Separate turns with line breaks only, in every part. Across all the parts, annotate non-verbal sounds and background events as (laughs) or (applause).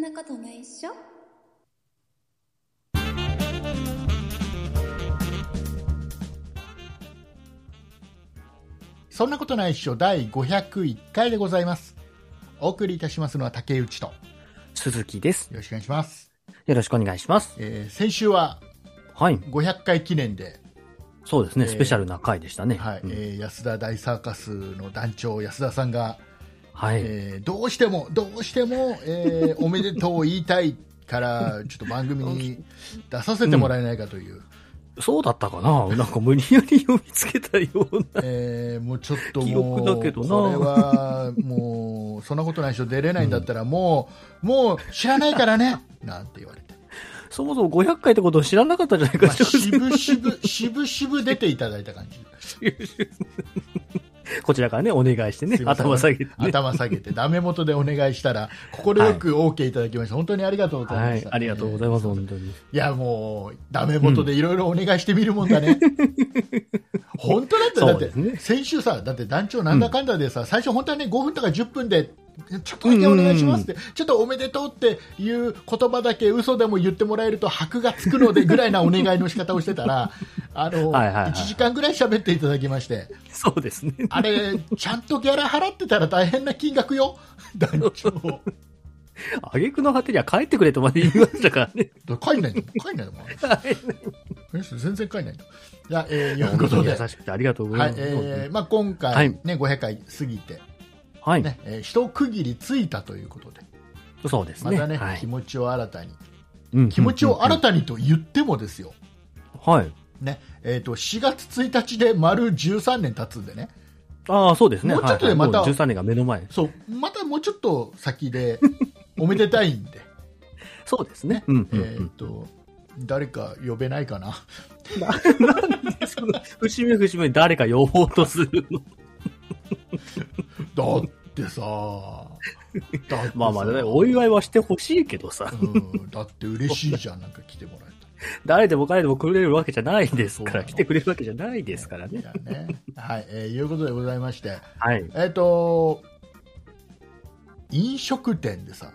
なことないっしょ
そんなことないっしょ第501回でございます。お送りいたしますのは竹内と。よ
鈴木です。
ろしくお願いします。
よろしくお願いします。
えー先週は
はい。
500回記念で、
そうですね。
えー
スペシャルな回でしたね。
はい
うん
えー安田大サーカスの団長安田さんが、
はい。
えーどうしても、どうしても、えーおめでとうを言いたいから、 (laughs) ちょっと番組に出させてもらえないかという、
そうだったかななんか無理やり呼びつけたよう
(laughs)
な。
えーもうちょっと
記
もう、
憶だけどな
これはもう、そんなことないっしょ出れないんだったら、もう、もう知らないからね、なんて言われて。
そもそも500回ってことを知らなかったじゃないか。
まあ、しぶしぶ、しぶしぶ出ていただいた感じ。
こちらからね、お願いしてね
すい。ません
頭下げてね。
頭下げて、ダメ元でお願いしたら、心よく OK いただきました。本当にありがとうござい
は
まし
い
た。。
ありがとうございま
え
す、
ー
本当に。
いや、もう、ダメ元でいろいろお願いしてみるもんだね。本当だっただ
そう
っ
です
て、
ね
先週さ、だって団長なんだかんだでさ、最初本当はね、5分とか10分で、ちょっとだけお願いしますって、ちょっとおめでとうっていう言葉だけ嘘でも言ってもらえると箔がつくのでぐらいなお願いの仕方をしてたら、あの、
はいはいはい
1時間ぐらい喋っていただきまして、
そうですね。
あれ、ちゃんとギャラ払ってたら大変な金額よ、団長。
挙句の果てには帰ってくれとまで言いましたからね。
帰んないの帰んないのもうあれあれ全然帰んないの。じゃあ、えー、いうことで。
優しくてありがとうござ
はいい
ます。
えーまあ、今
は
回、
い
ね500回過ぎて、
はい。
ねえー一区切りついたということで、
そうです
ま
ね。
たね、
はい
気持ちを新たに、
うん
気持ちを新たにと言ってもですよ、
はい。
ねえー、と4月1日で丸13年経つんでね、
ああ、そうですね。
もうちょっとで
はいはい
また
もう13年が目の前。
そうまたもうちょっと先で (laughs) おめでたいんで、
そうですね。うん
え
うんうん
ー、と誰か呼べないか
(laughs)
な、
その節目節目に誰か呼ぼうとするの。
だってさ、だってさ
まあまあね、お祝いはしてほしいけどさ、
うん、だって嬉しいじゃん、なんか来てもらえたら
誰でも彼でも来れるわけじゃないです
そ
か
うな
ら、
の
来てくれるわけじゃないですからね。
じゃあね。はい、えーいうことでございまして、
はい。
えっ、と、飲食店でさ、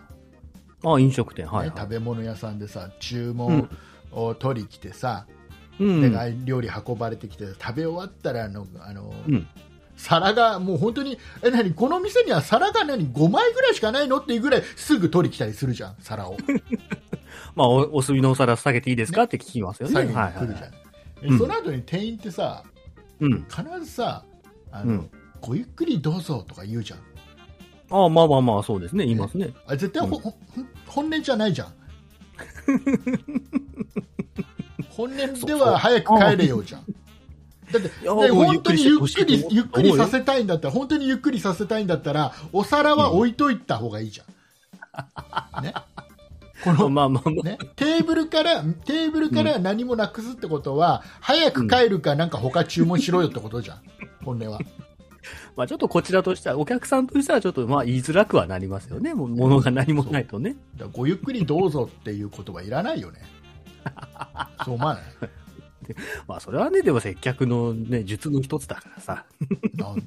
あ飲食店、はい、
ね
は
食
い。
べ物屋さんでさ、注文を取り来てさ、
うん。
で
うん
料理運ばれてきて、食べ終わったらあの、あの、
うん
皿がもう本当に、え、何この店には皿が何5枚ぐらいしかないのっていうぐらいすぐ取り来たりするじゃん、皿を。
まあ、おお隅のお皿下げていいですかって聞き (laughs) ますよね。
最
はい
後に
はい
来るじ
は
ゃ
い。
ん。
うん
その後に店員ってさ、
うん。
必ずさ、あ
う
の、
ん
ごゆっくりどうぞとか言うじゃん。
あまあまあまあ、そうですね。言いますね。
あれ絶対ほ、
うん
ほほ本音じゃない
(laughs)
じゃん本音では早く帰れよじゃんだって
いや
だって
もう
本当にゆっくりゆ
ゆ
っ
っ
く
く
り
りしてほしいと思うよ
させたいんだったら本当にゆっくりさせたいんだったらお皿は置いといた方がいいじ
(laughs)
ゃん、ね、こ
まあ
の、
まあまあ、
ね、テーブルからテーブルから何もなくすってことは、早く帰るかなんか他注文しろよってことじゃん本音は
まあちょっとこちらとしては、お客さんとしてはちょっとまあ言いづらくはなりますよね。もものが何もないとね。
だからごゆっくりどうぞっていう言葉いらない
(laughs)
よねそう思わない
まあそれはね、でも接客のね、術の一つだからさ、
なんで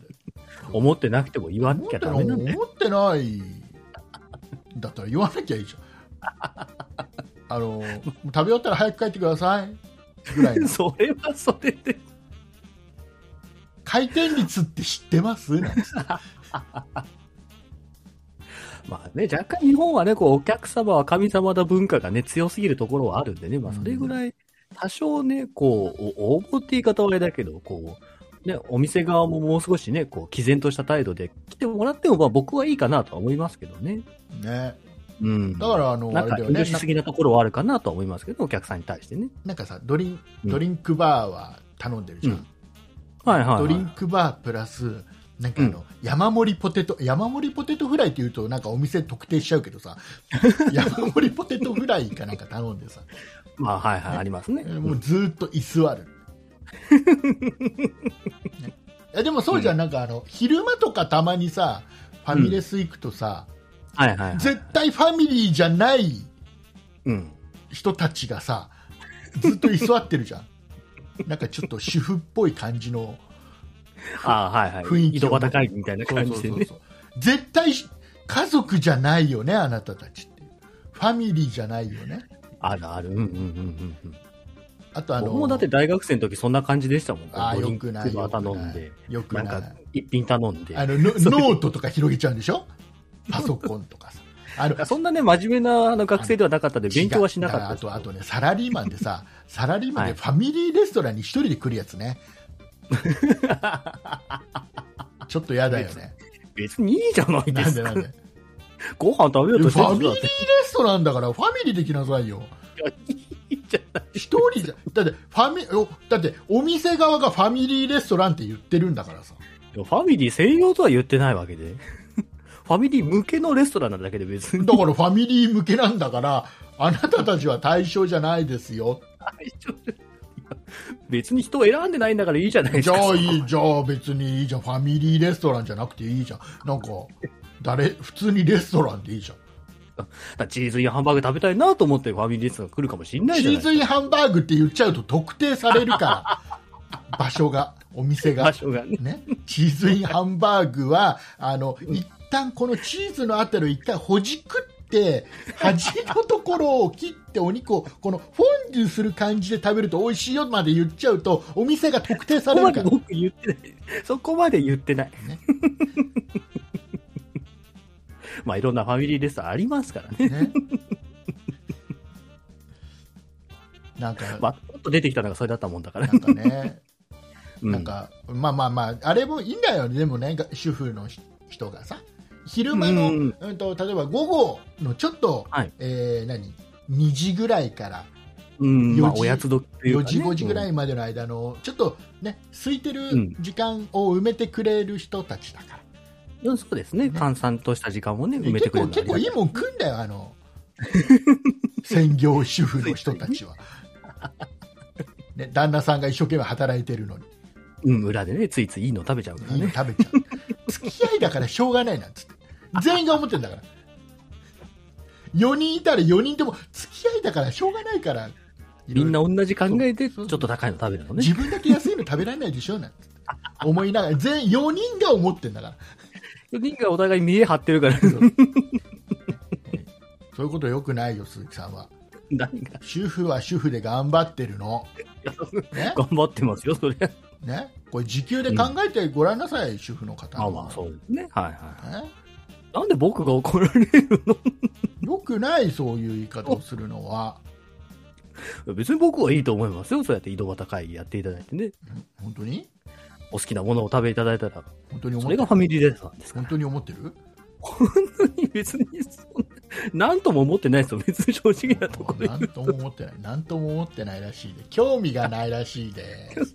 思ってなくても言わな
思っ
きゃ
て
ダ
な
メ
い
なんだよ。
思ってないだったら言わなきゃいいじゃんあのもう食べ終わったら早く帰ってくださいぐらいの
それはそれで。
回転率って知ってますなんて
まあね、若干日本はね、こう、お客様は神様だ文化がね、強すぎるところはあるんでね、まあそれぐらい、多少ね、こう、お応募って言い方はあれだけど、こう、ね、お店側ももう少しね、こう、毅然とした態度で来てもらっても、まあ僕はいいかなとは思いますけどね。
ね
うん。
だからあの
な
あ
ん
れ
か
だよ
遠慮
ね
し
な
すぎなところはあるかなとは思いますけど、お客さんに対してね。
なんかさドリン
うん
ドリンクバーは頼んでるじゃん、
うんはいはい、はい。
ドリンクバープラスなんかあの、山盛りポテト山盛りポテトフライっていうとなんかお店特定しちゃうけど
(laughs)
さ山盛りポテトフライかなんか頼んでさ
まあはいはい、ありますね。
えーもうずーっと居座
(laughs)
る、ねいやでもそうじゃん、なんかあの昼間とかたまにさファミレス行くとさ、
はいはい、はい。
絶対ファミリーじゃない
うん。
人たちがさずっと居座ってるじゃん (laughs) なんかちょっと主婦っぽい感じの
ああ、はいはい。
雰囲気を
井戸端会議みたいな
そう
感
そう
じ
そ
で
う
ね。
そう絶対家族じゃないよねあなたたちってファミリーじゃないよね。
あるある。うんうんうんうんうん。
あとあの、
僕もだって大学生の時そんな感じでしたもん。
あー
ドリ
よ
ンク
くない。
バー頼んで、
よく
な
なんい。
か一品頼んで。
あののノートとか広げちゃうんでし
(laughs)
ょパソコンとかさ。あの
そんなね、真面目なあの学生ではなかったんで、勉強はしなかった
違う
で
だ
す
らあと、あとね、サラリーマンで
(laughs)
さ、サラリーマンでファミリーレストランに一人で来るやつね。ちょっと嫌だよね。
別にいいじゃないで
なん
す
でな
か
ん。で。
ご飯食べよう
フ
として
ァ
る
ミ
ん
リー
だっ
レ
て。
ストランだから、ファミリーで来なさいよ。
いいじゃない
一人
(laughs)
じゃ、だって、ファミ、おだって、お店側がファミリーレストランって言ってるんだからさ。
でもファミリー専用とは言ってないわけで。 (laughs) ファミリー向けのレストランなだけで別に (laughs)
だからファミリー向けなんだから、あなたたちは対象じゃないですよ。
大丈夫いや別に人を選んでないんだからいいじ (laughs) ゃないで
じ
すか。
ゃあいい、じゃあ別にいいじゃん。ファミリーレストランじゃなくていいじゃん。なんか、誰、普通にレストランでいいじゃん。
チーズインハンバーグ食べたいなと思ってファミリーレストラン来るかもし (laughs) んな
チ
いじゃな
ー
いで
ズ
すか。
インハンバーグって言っちゃうと特定されるから、場所が、お店
(laughs) 場
が。
所がね。
ね、チーズインハンバーグは、あの、一旦このチーズのあたりを一回ほじくって、端のところを切ってお肉を、このフォンデュする感じで食べると美味しいよまで言っちゃうと、お店が特定
そ
さ
こ
れ
ま
る
で
から。
僕言ってない。 (laughs) そこまで言ってない。
ね
(laughs) まあいろんなファミリーレストランありますからね。
ね、 (laughs) なんか、
まあ、ちょっと出てきたのがそれだったもんだから
な。んかね、
う
なんか、まあまあまあ、あれもいいんだよね、でもね、が主婦の人がさ、昼間の、う
う
ん
うん
んと例えば午後のちょっと、
はい
えー何、2時ぐらいから
うん、まあ
4時
おやつ時というか、
4
ね。
時、5時ぐら
い。
いまでの間の、ちょっとね、空いてる
うん
時間を埋めてくれる人たちだから、
うん、そうですね。
ね
閑散とした時間をね、埋め
結
てくれ
構
るのはあ
結
りが
構
た
いいもん食うんだよ、あの (laughs) 専業主婦の人たちは。ね、旦那さんが一生懸命働いてるのに、
うん、裏でね、ついついいいの食べちゃうから
いいの
ね。
食べちゃう。付き合いだからしょうがないなんつって。全員が思ってんだから。4人いたら4人とも付き合いだからしょうがないから。いろ
み
いろ
んな同じ考えで、ちょ
そう
っと高いの食べるのね
自。分だけ安いの食べられないでしょなんて思いながら、全員4人が思ってんだ
(laughs)
から。
4人がお互い見え張ってるから、
そういうことよくないよ、鈴木さんは。
何
(laughs)
が。
主婦は主婦で頑張ってるの。ね
頑張ってますよ、それ。
ねこれ時給で考えてごらんなさい、主婦の方。
まあまあ、そうですね。はいは
ね (laughs)
い。なんで僕が怒られる
よくない、そういう言い方をするのは。
の別に僕はいいと思いますよ。そうやって井戸端会議やっていただいてね。
本当に
お好きなものを食べいただいたら、
本当に
そ
思って
れが
る
ファミリーレストランですから
本。当に思ってる
本当に (laughs) 別にそんな、なんとも思ってないですよ。別に正直なところで
なんとも思ってない、なんとも思ってないらしいで、興味がないらしいです。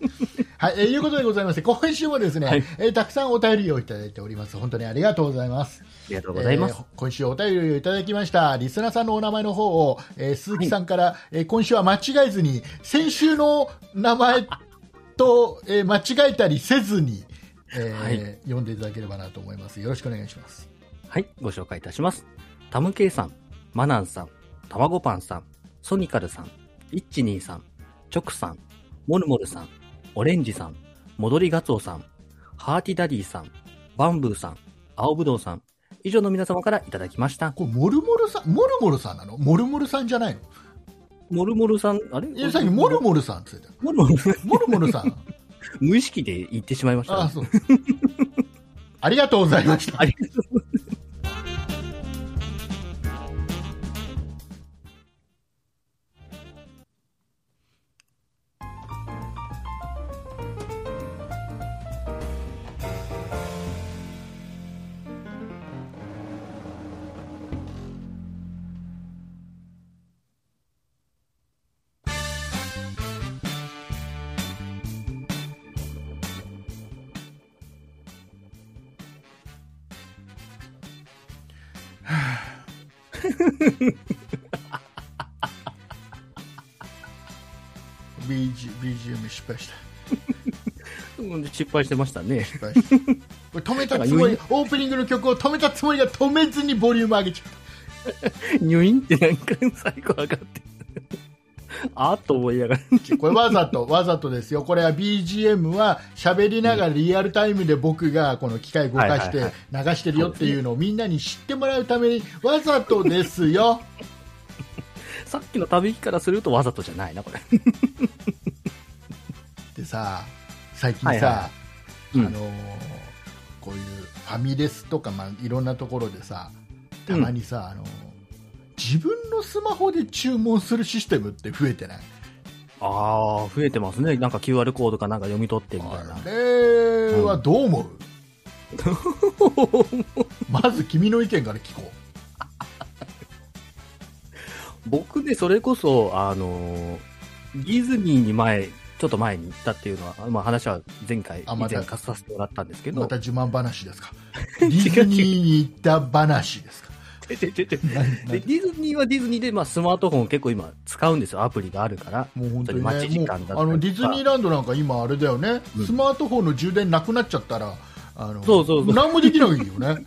はい、えーいうことでございまして、今週もですね、
はい
えーたくさんお便りをいただいております。本当にありがとうございます。
ありがとうございます。
えー今週お便りをいただきました。リスナーさんのお名前の方を、えー鈴木さんから、えー今週は間違えずに、先週の名前と、えー間違えたりせずに、えー
はい
読んでいただければなと思います。よろしくお願いします。
はい、ご紹介いたします。タムケイさん、マナンさん、たまごパンさん、ソニカルさん、イッチニーさん、チョクさん、モルモルさん、オレンジさん、戻りガツオさん、ハーティダディさん、バンブーさん、青ぶどうさん、以上の皆様からいただきました。
これ、モルモルさん、モルモルさんなのモルモルさんじゃないの
モルモルさん、あれ
いや、さっきモルモルさんって言ってたよ
モルモルさん、
モルモルさ
(laughs)
ん。
無意識で言ってしまいましたね、
あ、そう。ありがとうございました。
ありがとうござい
BG BGM 失敗した。
ますうん失敗してましたね。 (laughs)
失敗した。これ止めたつもり、オープニングの曲を止めたつもりが止めずにボリューム上げちゃっ
ニュインってなんか最後上がって (laughs) た。あーっと思いながら。 (laughs)
た。これわざと、わざとですよ。これは BGM は喋りながらリアルタイムで僕がこの機械動かして
はい
流してるよっていうのをみんなに知ってもらうためにわざとですよ。
さっきのため息からするとわざとじゃないな、これ。
でさ最近さ、
はいは
あのーこういうファミレスとか、まあ、いろんなところでさたまにさ、あのー自分のスマホで注文するシステムって増えてない
ああ、増えてますね。なんか QR コードかなんか読み取ってみたいな
あ。れはどう思う、まず君の意見から聞こう
僕ね、それこそ、あのー、ディズニーに前、ちょっと前に行ったっていうのは、まあ話は前回、
あま
以
た
前かさせてもらったんですけど、
また自慢話ですかディズニーに行った話です
(laughs)
か
ちょちょちょちょ (laughs) でデ
何
ィズニーはディズニーで、まあ、スマートフォンを結構今使うんですよ、アプリがあるから。
もう本当に、ね、
待ち時間だったりと
も
か
うあのディズニーランドなんか今あれだよね、
うん
スマートフォンの充電なくなっちゃったらあの
そう (laughs) そうそう
何もできないよね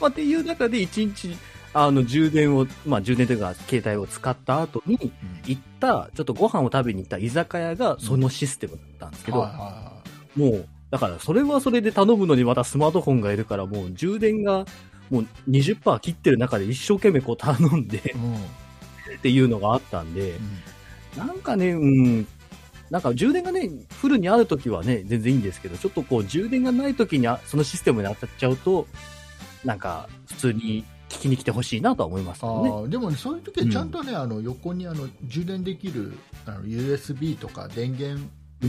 まあ、っていう中で、一日、あの、充電を、まあ、充電というか、携帯を使った後に、行った、ちょっとご飯を食べに行った居酒屋が、そのシステムだったんですけど、
はいはいはい
もう、だから、それはそれで頼むのにまたスマートフォンがいるから、もう充電が、もう20%切ってる中で一生懸命こう頼んで
うんうん
っていうのがあったんで、なんかね、うん、なんか充電がね、フルにあるときはね、全然いいんですけど、ちょっとこう充電がないときにあそのシステムに当たっちゃうと、なんか普通に聞きに来てほしいなとは思いますけ
あ
どね。
ーでもね、そういう時はちゃんとね、あの横にあの充電できるあの USB とか電源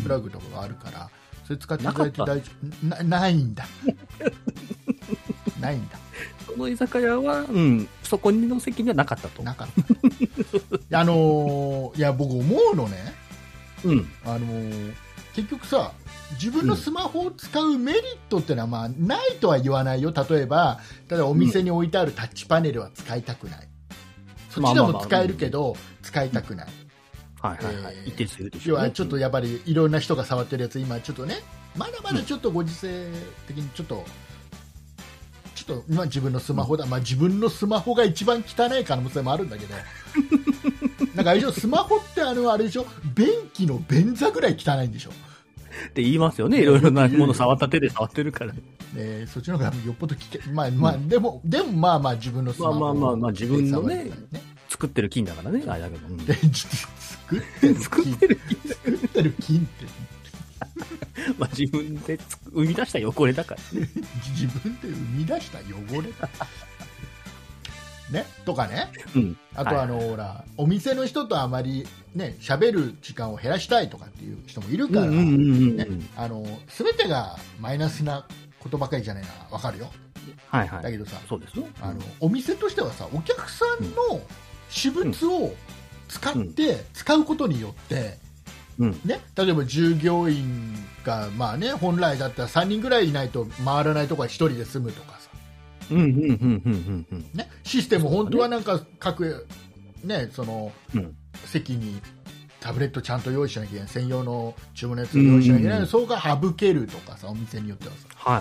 プラグとかがあるから、それ使っていただいて
な
大
か
丈夫なないんだないんだ
その居酒屋は、うん、そこにの席にはなかったと。
なかったあのーいや僕思うのね
うん。
あのー結局さ自分のスマホを使うメリットってのはまあないとは言わないよ例えばただお店に置いてあるタッチパネルは使いたくない、そっちでも使えるけど使いたくない
はいはいはい。
えー
一定数いるでし
要
ょう、
は
ね。
ちょっとやっぱりいろんな人が触ってるやつ、今、ちょっとね、まだまだちょっとご時世的にちょっと、ちょっと、まあ、自分のスマホだ、まあ、自分のスマホが一番汚い可能性もあるんだけ
(laughs)
ど、なんかあれでしょ、スマホってあのあれでしょ、便器の便座ぐらい汚いんでしょ、
って言いますよね。いろいろなもの触った手で触ってるから。
えーそっちの方がよっぽど危険、まあまあ、でも、でもまあまあ、自分のスマホ
まあまあまあまあ自分のね
触るぐらい
作ってる金だからね、あれだけど。うん
で、ちょっと作ってる
作っ
金
てる金、
作ってる金って。
まあ、自分でつく生み出した汚れだから。
自分で生み出した汚れだ
(laughs)
ね、とかね、
うん。
あと
はい
あの、ほらお店の人とあまりね喋る時間を減らしたいとかっていう人もいる
うん
か
う
ら、
んうんうんう
ね
ん。
あの全てがマイナスなことばかりじゃないなわかるよ
はいは
だ
い。
けどさ、
そうですよ。
あのお店としてはさお客さんの私物を使って、
うん
使うことによって、
うん
ね、例えば従業員が、まあね、本来だったら3人ぐらいいないと回らないとこは1人で済むとかさ
うんうんうんうんうん
ね、システム、本当はなんか各、ねその
うん
席にタブレットちゃんと用意しなきゃいけない、専用の注文のやつを用意しなきゃいけない、
うん
そこが省けるとかさ、お店によっては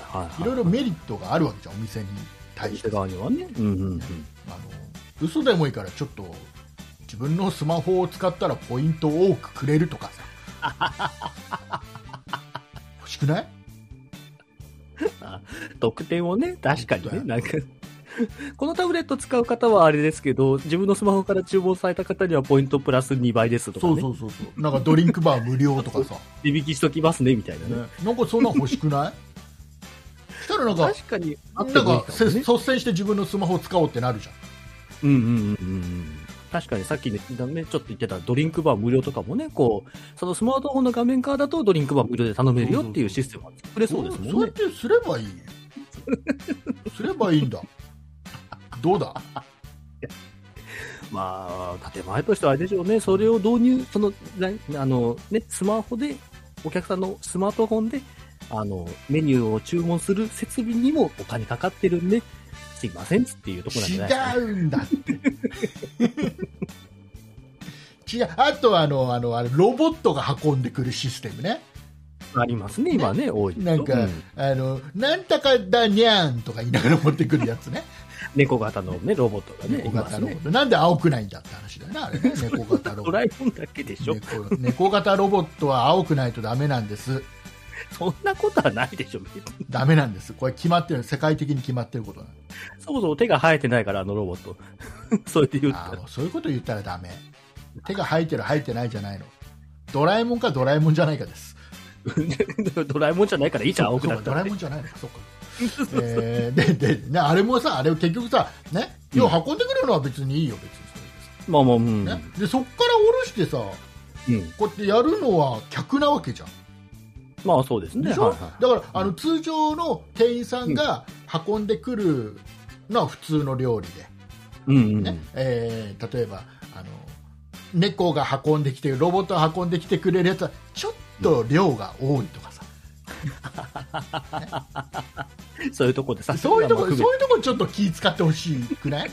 さ、
はいはいはい。
いろいろメリットがあるわけじゃん、お店に対して
店。側にはね。うんうんうん。
あの嘘でもいいから、ちょっと自分のスマホを使ったらポイントを多くくれるとか
(laughs)
さ。欲しくない
得点をね、確かに
そう
ね、
だ
なんか。 (laughs) このタブレット使う方はあれですけど、自分のスマホから注文された方にはポイントプラス2倍ですとかね。
そうそうそうそうなんかドリンクバー無料とかさ、
値引きしときますね、みたいな (laughs) ね。
ね、なんかそんなん欲しくないしたらなんか
確かに、あ
な
って
ん
もいい
か
か
せ
もね。
率先して自分のスマホを使おうってなるじゃ
うんうんうんうんうん。確かにさっきね、だねちょっと言ってたドリンクバー無料とかもね、こう、そのスマートフォンの画面からだとドリンクバー無料で頼めるよっていうシステムは作れ
ん
そうです
そ
も
うんやっ
ね。
てすれ
(laughs)
ばいいよすればいいんだどうだ
まあ、建前としてはあれでしょうね、それを導入、その、なあの、ね、スマホで、お客さんのスマートフォンで、あの、メニューを注文する設備にもお金かかってるんで、すいませんっつっていうところなんじゃないですか、
違うんだって違うあとはあのあのあれロボットが運んでくるシステムね
ありますね、今ね、多い
なんか、
うん
あのなんたかだにゃんとか言いながら持ってくるやつ
(laughs)
ね
猫型のね、ロボットがね、
猫型ロボ
い
ッ
ますね。
ト、なんで青くないんだって話だよねあれね猫
(laughs)
型ロボ
ド
ット
ラえもんだけでしょ。
猫猫型ロボットは青くないとダメなんです
そんなことはないでしょ、別に
ダメなんです。これ決まってる、世界的に決まってることなんです。
そもそも手が生えてないから、あのロボット。 (laughs) それで言った
あー
ら
も。うそういうこと言ったらダメ。手が生えてる、生えてないじゃないの。ドラえもんかドラえもんじゃないかです。
ドラえもんじゃないからいいじゃん、青く
そう
な
か
っ
ド
た
ラ
ら
え
ね
もんじゃないのか、そうか。えーでで、ね、あれもさ、あれを結局さ、ね、要は運んでくるのは別にいいよ、別に
まあまあ、うん。
それでさ、ねでそっから下ろしてさ、
うん
こうやってやるのは客なわけじゃん。
まあそうですね。
でしょ
はいはい
だからあの通常の店員さんが運んでくるのは普通の料理
うんう
で、
ん
ねえー例えばあの猫が運んできてロボットが運んできてくれるやつはちょっと量が多いとかさ、
うん。そういうとこでさ、
そういうとこ
まあ
そういうとこちょっと気使ってほしくない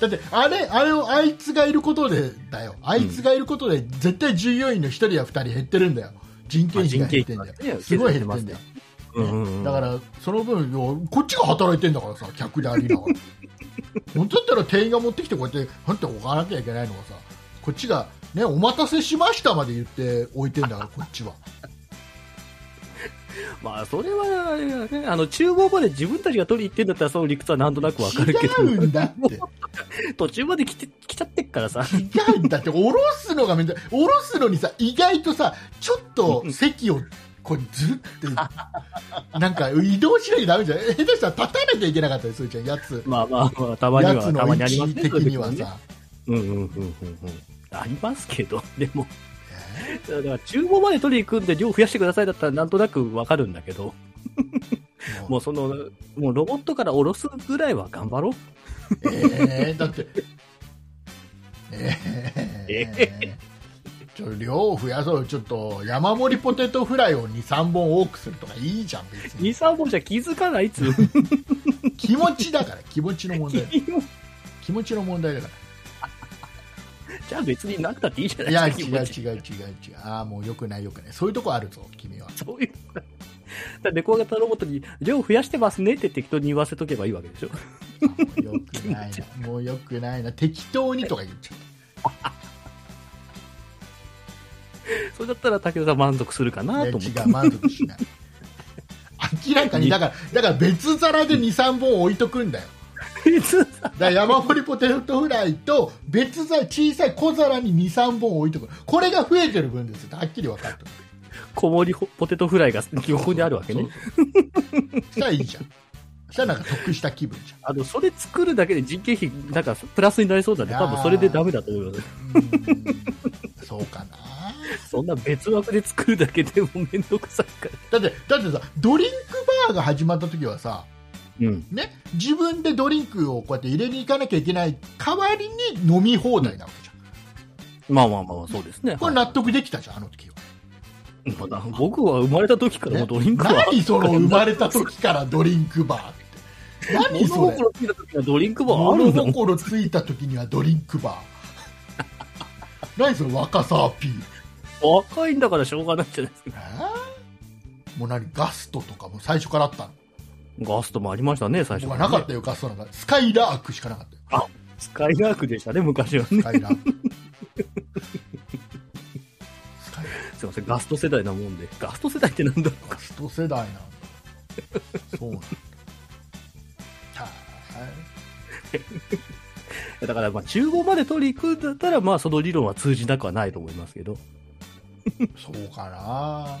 だってあれあれをあいつがいることでだよあいつがいることで絶対従業員の1人や2人減ってるんだよ人件費が減ってんだ
まあ人件費が
よ
ね
すごい減ってんだよ
うんうんうん
だからその分よこっちが働いてんだからさ客でありなが
(laughs)
ら本当だったら店員が持ってきてこうやってふんって置かなきゃいけないのがさこっちが、ね、お待たせしましたまで言って置いてんだからこっちは
まあ、それはあれだね、あの、厨房まで自分たちが取りに行ってんだったら、その理屈はなんとなくわかるけ
違うん
ど、
だって
途中まで来て、来ちゃってっからさ、
違うんだって下ろすのがめんどい下ろすのにさ意外とさちょっと席をこうずってなんか移動しなきゃダメじゃん下手したら立たなきゃいけなかったりするじゃんやつ
まあまあまあ、たまに
や
は、
つ
た
の
ま
位
にあります
置
ね。
的には
そういう時ね
さ
うんうんうんうんうん。ありますけど、でも、だから厨房まで取りに行くんで量増やしてくださいだったらなんとなくわかるんだけど、もうその、もうロボットから下ろすぐらいは頑張ろう。
えー、だって、えー、ちょ量を増やそうよちょっと山盛りポテトフライを23本多くするとかいいじゃん別
2、
に
3本じゃ気づかないっつう。
気持ちだから気持ちの問題気持ちの問題だか
じゃあ別になくたっていいじゃ
らい
な
や
いです
違
か
う
気持ち。
違う違う違うああもうよくないよくないそういうとこあるぞ君は
そういう。だから猫型ロボットに量増やしてますねって適当に言わせとけばいいわけでし (laughs) ょ。
あもうよくないなもうよくないな適当にとか言っちゃう
それだったら武田さん満足するかない
や
と思っ
違
て。
う満足しない明らかにだからだから別皿で23本置いとくんだよ
別にさ
だから山盛りポテトフライと別皿小さい小皿に23本置いとくこれが増えてる分ですよはっきり分かってる
小盛りポテトフライが横にあるわけね。
そうしたらいいじゃんしたらなんか得した気分じ
あの、それ作るだけで人件費、なんか、プラスになりそうだね。
いや
多
ー
分それでダメだと思います。
ゃんうーんそうかな
そんな別枠で作るだけでもめんどくさいか
だってだってさドリンクバーが始まった時はさ
ら。うん。
ね自分でドリンクをこうやって入れに行かなきゃいけない代わりに飲み放題なわけじゃん
まあまあまあまあ、そうですね。
これ納得できたじゃんあの時は
はいまあ僕は生まれた時からもうドリンクバー。
何その生ま
(laughs)
れた時からドリンクバーって何
物
それ
心ついた時はドリンクバーある
物
んだもん。
心ついた時にはドリンクバー (laughs) 何その若さアピール
若いんだからしょうがないじゃないですか。
もう何ガストとかも最初からあったの
ガストもありましたね、最初
僕は
らね
なかったよガストなんかスカイラークしかなかったよ
スカイラークでしたね、昔は
ス
ね。 (laughs)
カイラーク (laughs) スカイラーク
すいません、ガスト世代なもんで。ガスト世代ってなんだろうか
ガ。スト世代なんだそうなんだはい
(laughs) だから、まあ、厨房まで取り行くんだったら、まあ、その理論は通じなくはないと思いますけど。
そうかな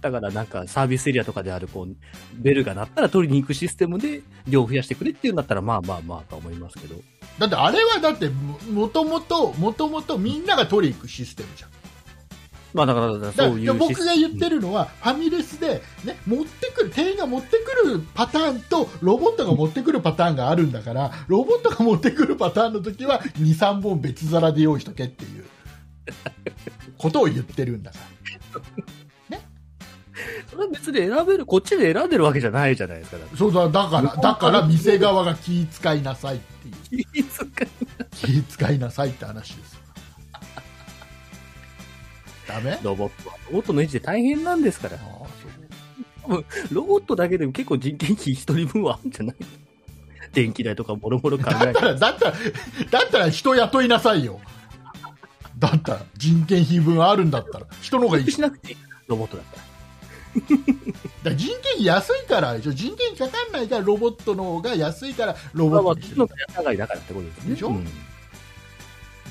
だからなんかサービスエリアとかであるこうベルが鳴ったら取りに行くシステムで量増やしてくれっていうんだったらまあまあまあとは思いますけど。
だってあれはだってももともともともとみんなが取り行くシステムじゃん
まあだからだか
だ
ら
か
そう
ら
いうシ
僕
ス
が
テ
言ってるのは、ファミレスで、ね、持ってくる店員が持ってくるパターンとロボットが持ってくるパターンがあるんだからロボットが持ってくるパターンの時は23本別皿で用意しとけって
(laughs)
いうことを言ってるんだか
ム。それは別に選べる、こっちで選んでるわけじゃないじゃないですか。 (laughs) だって
らそうだだからだから店側が気使いなさいっていう
いつか
気使いなさいって話ですよダ
(laughs)
メ
ロボットはロボットの位置で大変なんですから
ああ。そう
ロボットだけでも結構人件費一人分はあるんじゃない (laughs) 電気代とかもろもろ考
だ
え
ってた。ら、だったら、だったら人雇いなさいよ。だったら、人件費分あるんだったら、人の方がいい
しなくていい。ロボットだったら。
だから人件費安いからでしょ人件費かかんないからロボットの方が安いからロ
まあま
ボッ
あ、
トにし
次
てる
の社外だからってことですね。
でしょ
うん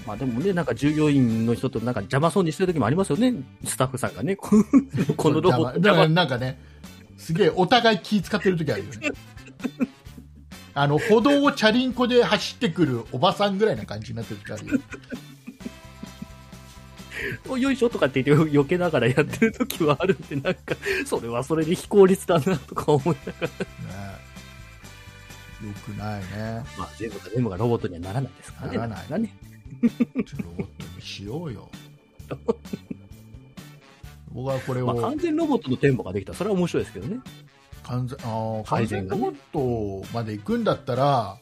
まあでもね、なんか従業員の人となんか邪魔そうにしてる時もありますよね、スタッフさんがね、 (laughs) こうこのロボット
だ
邪
から
魔
なんかねすげえお互い気使ってる時あるよねあの歩道をチャリンコで走ってくるおばさんぐらいな感じになってる時あるよ
およいしょとかって言ってよ避けながらやってる時はあるんで、なんか、それはそれで非効率だなとか思いながら。
ね、よくないね。
まあ全部が全部がロボットにはならないですからね。
ならない
かね。
ちょっとロボットにしようよ。僕はこれ
まあ
を
完全ロボットの店舗ができたら、それは面白いですけどね。
完全、あー完
改
全
善
ロ
がね
ボットまで行くんだったら、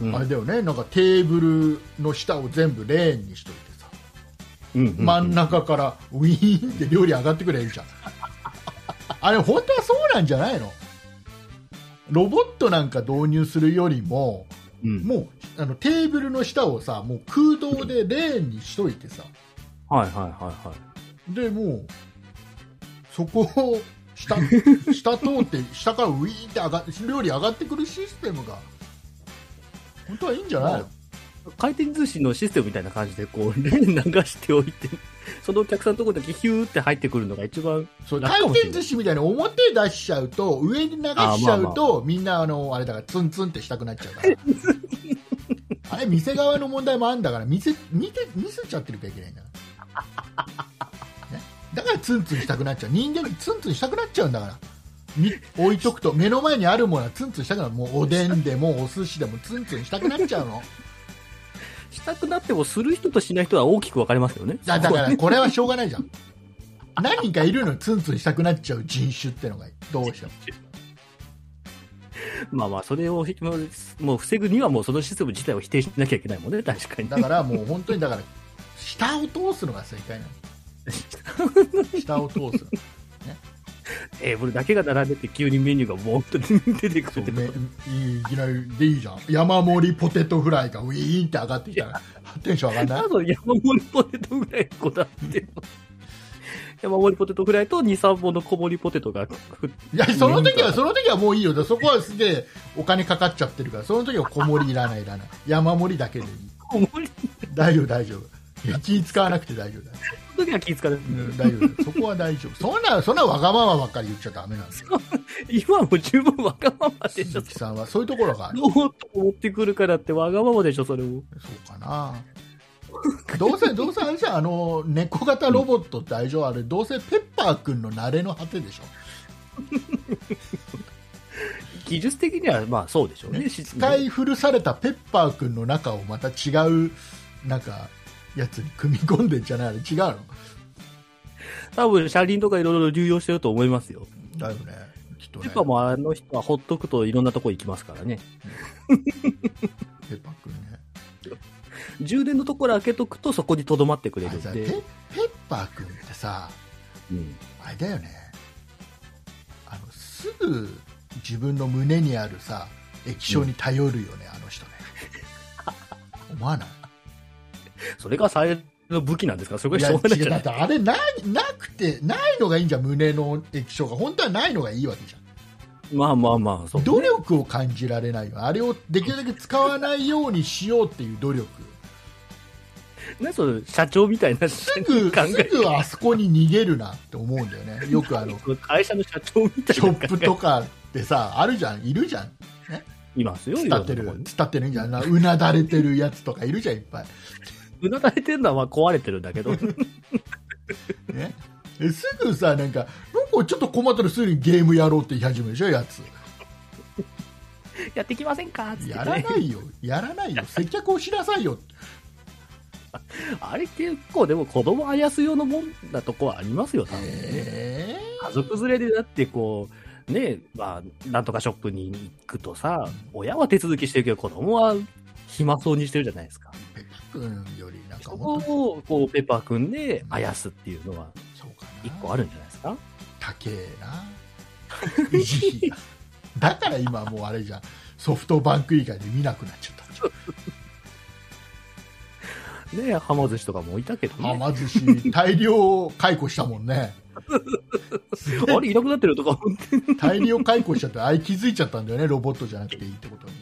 うん
あれだよね、なんかテーブルの下を全部レーンにしといてさ、
うんうんうん
真ん中からウィーンって料理上がってくれる
(laughs)
じゃん。あれ、本当はそうなんじゃないのロボットなんか導入するよりも、
うん
もうあのテーブルの下をさ、もう空洞でレーンにしといてさ、
はいはいはいはい。
でもうそこを下下通って下からウィーンって上が料理上がってくるシステムが本当はいいんじゃないの
回転寿司のシステムみたいな感じで、こう、レ (laughs) ーン流しておいて、そのお客さんのところだけヒューって入ってくるのが一番、
そう
楽
回
かもしれな
転
い
寿司みたいに表出しちゃうと上に流しちゃうと
あまあ
みんなあのあれだからツンツンってしたくなっちゃう
(laughs)
からあれ店側の問題もあるんだから見せ見て見せちゃってるからいけないんだから、ね、だからツンツンしたくなっちゃう人間ツンツンしたくなっちゃうんだからみ置いとくと目の前にあるものはツンツンしたくなるもうおでんでもお寿司でもツンツンしたくなっちゃうの
したくなってもする人としない人は大きく分かれますよね。
だだからこれはしょうがないじゃん何人かいるのにツンツンしたくなっちゃう人種ってのがどうしても
まあまあ、それを、 (laughs) もう防ぐにはもうそのシステム自体を否定しなきゃいけないもんね、確かに。
だからもう本当にだから下を通すのが正解なの下を通すの
テーブルだけが並んでて急にメニューがボーンと出てく
そ
るって
う
こと
めいいいきなりでいいじゃん山盛りポテトフライがウィーンって上がってきたらテンション上がんない
あと山盛りポテトフライこだわってるの山盛りポテトフライと2、3本の小盛りポテトがふ
いやその時
メイン
は
だ
その時はもういいよそこはすげえお金かかっちゃってるからその時は小盛りいらないいらない山盛りだけでいい
小盛り
大丈夫大丈夫いや気使わなくて大丈夫だ、
の時は気ぃ使う
うん、大丈夫そこは大丈夫そんなそんなわがままばっかり言っちゃダメなんですよ
今はもう十分わがままでし
鈴
ょ。
木さんはそういうところがある
ロボットを持ってくるからってわがままでしょ、それも。
そうかな。 (laughs) どうせ、どうせあれじゃん、あの、猫型ロボットってあれでしょあれ、どうせペッパーくんの慣れの果てでしょ。
技術的にはまあそうでしょうね。質
使い古されたペッパーくんの中をまた違う、なんか、やつに組み込んでんじゃないあれ違うの
多分車輪とかいろいろ流用してると思いますよ。
だよね。きっと
て
ね。
かもうあの人はほっとくといろんなとこ行きますからね。
ペッパーくんね。
充電のところ開けとくとそこに留まってくれ
あれ
るん
さ、ペ
で。
ペッパーくんってさ、
うん
あれだよね。あの、すぐ自分の胸にあるさ、液晶に頼るよね、あの人ね。思わない
それが最大の武器なんですから、それ
い
が
や
しょうがない
違
じ
うだ
ゃな
っ
い
てあれないなくてないのがいいんじゃん胸の液晶が本当はないのがいいわけじゃん
まあまあまあ、そう、
努力を感じられないわあれをできるだけ使わないようにしようっていう努力
ね、その社長みたいな
すぐ
(laughs) 考
すぐあそこに逃げるなって思うんだよねよ
(laughs)
くあの
え、会社の社長みたい
シ
な
ョ
考
ップとかでさあるじゃんいるじゃん
えいますよ、い
伝
ろん
ってる
なとこ
伝ってるんじゃんなうなだれてるやつとかいるじゃんいっぱい、
にうなだれてるのはまあ壊れてるん
(laughs)
だけど、
ね、えすぐさなんかなんかちょっと困ったらすぐにゲームやろうって言い始めるでしょやつ
やってきませんかっつって、ね、
やらないよやらないよ接客をしなさいよって
あれ結構でも子供あやす用のもんなとこはありますよ、多分ね。
え
家族連れでだってこう、ね、まあ、なんとかショップに行くとさ、親は手続きしてるけど子供は暇そうにしてるじゃないですか。
ー、ペッパー君よりなんか
そ
もっと
こを、こう、ペッパーくんであやすっていうのは
そうかな
一個あるんじゃないですか
高えな維持費が (laughs) だから今もうあれじゃんソフトバンク以外で見なくなっちゃった
ねはま寿司とかもいたけど
は
ね。
(laughs) ま寿司大量解雇したもんね
あれ、いなくなってるとか思って、
大量解雇しちゃって、あれ気づいちゃったんだよね、ロボットじゃなくていいってことに。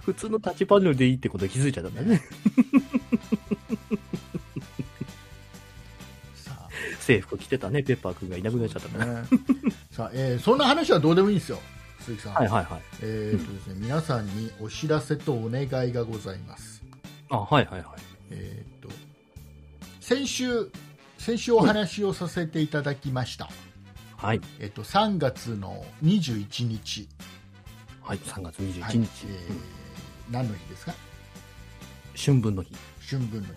普通のタッチパネルでいいってことに気づいちゃったんだよ (laughs) ね。
さあ
制服着てたね、ペッパーくんがいなくなっちゃったんだね。
ね、 (laughs) さあ、えーそんな話はどうでもいいんですよ、鈴木さん。
はいはいはい。
えーとですね、皆さんにお知らせとお願いがございます。
あ、はいはいはい。
えーと先週、先週お話をさせていただきました。
はい。
えっと、3月の21日、
はい。3月21日、
はいえー
うん
何の日ですか
春分の日。
春分の日。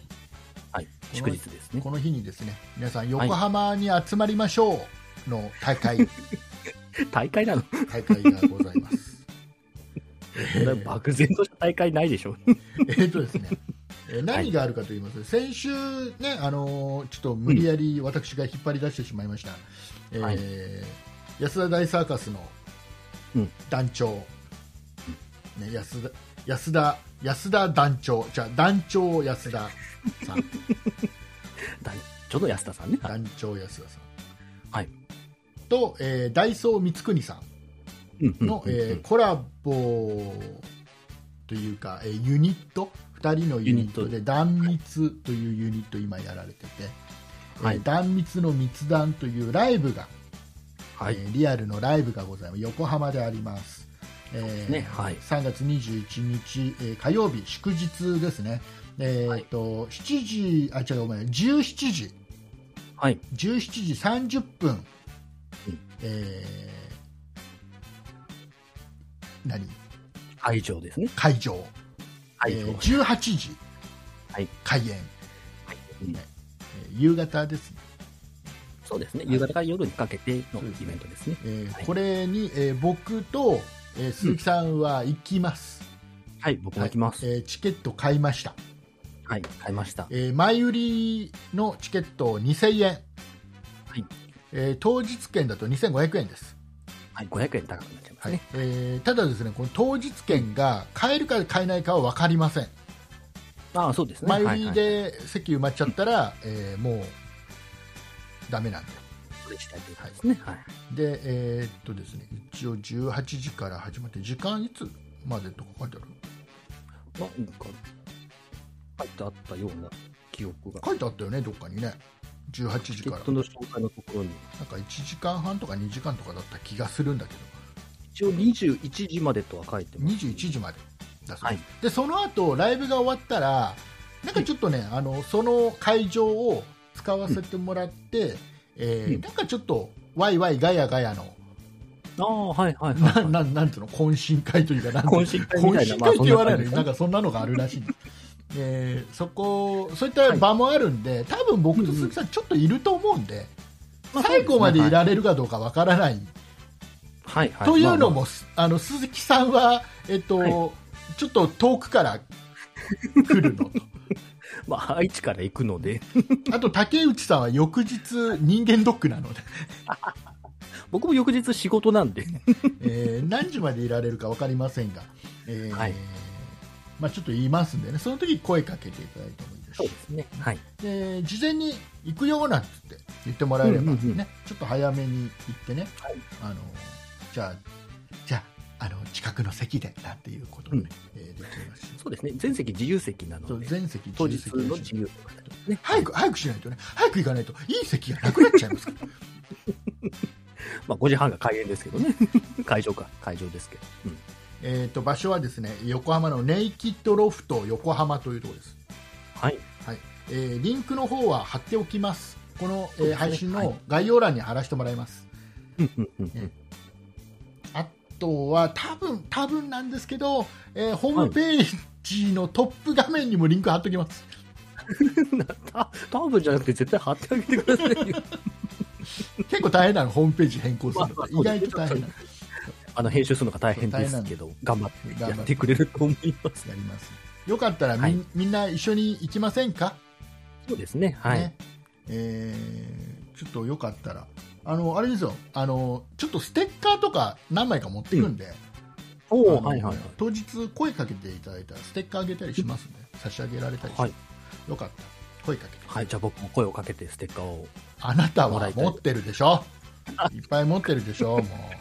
はい。祝日ですね。
この日にですね、皆さん横浜に集まりましょうの大会、
(laughs) 大会なの、
大会がございます。え
それは
ー
漠然とした大会ないでしょ。
(laughs) えーとですね、えー何があるかと言いますと、先週ね、あのーちょっと無理やり私が引っ張り出してしまいました、えー
はい
安田大サーカスの
うん
団長、ね、安田安田安田団長、じゃあ団長安田さ
(laughs)
ん、
だちょうど安田さんね。はい
団長安田さん、
はい
と、えーダイソー光国さん。
うんうんうん
の、えーコラボというか、えーユニット2人のユニット
ユニ
で断密というユニット今やられてて、
はい
えー断密の密談というライブが、
はい
え。ーリアルのライブがございます横浜であります、えー
ねはい
3月21日、えー火曜日祝日ですねえーっと、7時あ違うごめん17時
はい。
17時30分、
うん
えー何
会場ですね。
会場、
会
え
場。
ー18時
はい
開演、
はいう
え
ん
ー夕方ですね、
そうですね。夕方から夜にかけてのイベントですね。
えー
はい
これに、えー僕と、えー鈴木さんは行きます、
はい。僕も行きます。
はいえーチケット買いました、
はい。買いました。
えー前売りのチケット2000円、
はい
えー当日券だと2500円です
はい。500円高くなっちゃいます
はい
ね。
えーただ、ですねこの当日券が買えるか買えないかは分かりません、
ああ、そうですね。
前
は
売
いは
り
い
で席埋まっちゃったら、えーもうだめなんで、
これしたいということですね。はい。
でえーっとですね一応18時から始まって、時間いつまでとか書いてある
なんか、書いてあったような記憶が。
書いてあったよね、どっかにね、18
チ
時
ケ
から、
ットの紹介のところに、
なんか1時間半とか2時間とかだった気がするんだけ
一応21時までとは書いて
ど、
ます。
21時までだそうです、
はい
でその後ライブが終わったら、なんかちょっとね、あのその会場を使わせてもらって、えー
うん
なんかちょっと、ワイワイガヤガヤの。
ああ、はいはい
な
はい。
なんなんつうの懇親会というかなん
懇親会み
懇
たいな、
親会って言わないの
ま
に
あ
なんかそんなのがあるらしいん (laughs) です、えーそこそういった場もあるんで、多分僕と鈴木さんちょっといると思うんで、
まあ
最後までい
はい
られるかどうかわからない、
はいはい。
というの
まあま
も、あの鈴木さんは、えっと
はい
ちょっと遠くから (laughs) 来るのと
あ、まあ、愛知から行くので、
あと竹内さんは翌日人間ドックなの (laughs) で、
僕も翌日仕事なんで、
えー何時までいられるか分かりませんが、えー
はい
まあ、ちょっと言いますんでねその時声かけていただいてもいいです
そう
し
で。すね。はい。
で事前に行くよなんつって言ってもらえれば、ね
うんうんうん
ちょっと早めに行ってね、
はい
あのじゃあじゃああの近くの席でなんていうこともね、えーできますし
そうですね。全席自由席な
そ
の
う
で、
全席
当日
自由
の
席
自由席ね。
早く早くしないとね早く行かないといい席がなくなっちゃいますから
(laughs) まあ、5時半が開演ですけどね。 (laughs) 会場か、会場ですけど。うん。
えーと場所はですね横浜のネイキッドロフト横浜というところです、
はい。
はいえーリンクの方は貼っておきますこの、え
そうです
ー
ね
配信
は
の
い
概要欄に貼らせてもらいます、
うんうんうんうん。
あとは多分多分なんですけど、えーホームページのトップ画面にもリンク貼っときます。
(laughs) た多分じゃなくて絶対貼ってあげてくださいよ
(laughs) 結構大変なの、ホームページ変更するの
ま
が
あまあ
意外と大変なの
あの編集するのが大変ですけど頑張っ
頑
て
張って
やってくれると思います
やります。よかったらみ,、
はい
みんな一緒に行きませんか、
そうですねはい、
ねえーちょっとよかったら、あのあれですよあの、ちょっとステッカーとか何枚か持ってくんで、あ
おお
の
はいはい
当日声かけていただいたらステッカーあげたりしますんで、差し上げられたりします、
はい
よかった声かけて
はい、じゃあ僕も声をかけてステッカーを。 (laughs)
あなた
もら
はい
たい
持ってるでしょいっぱい持ってるで
(laughs)
しょも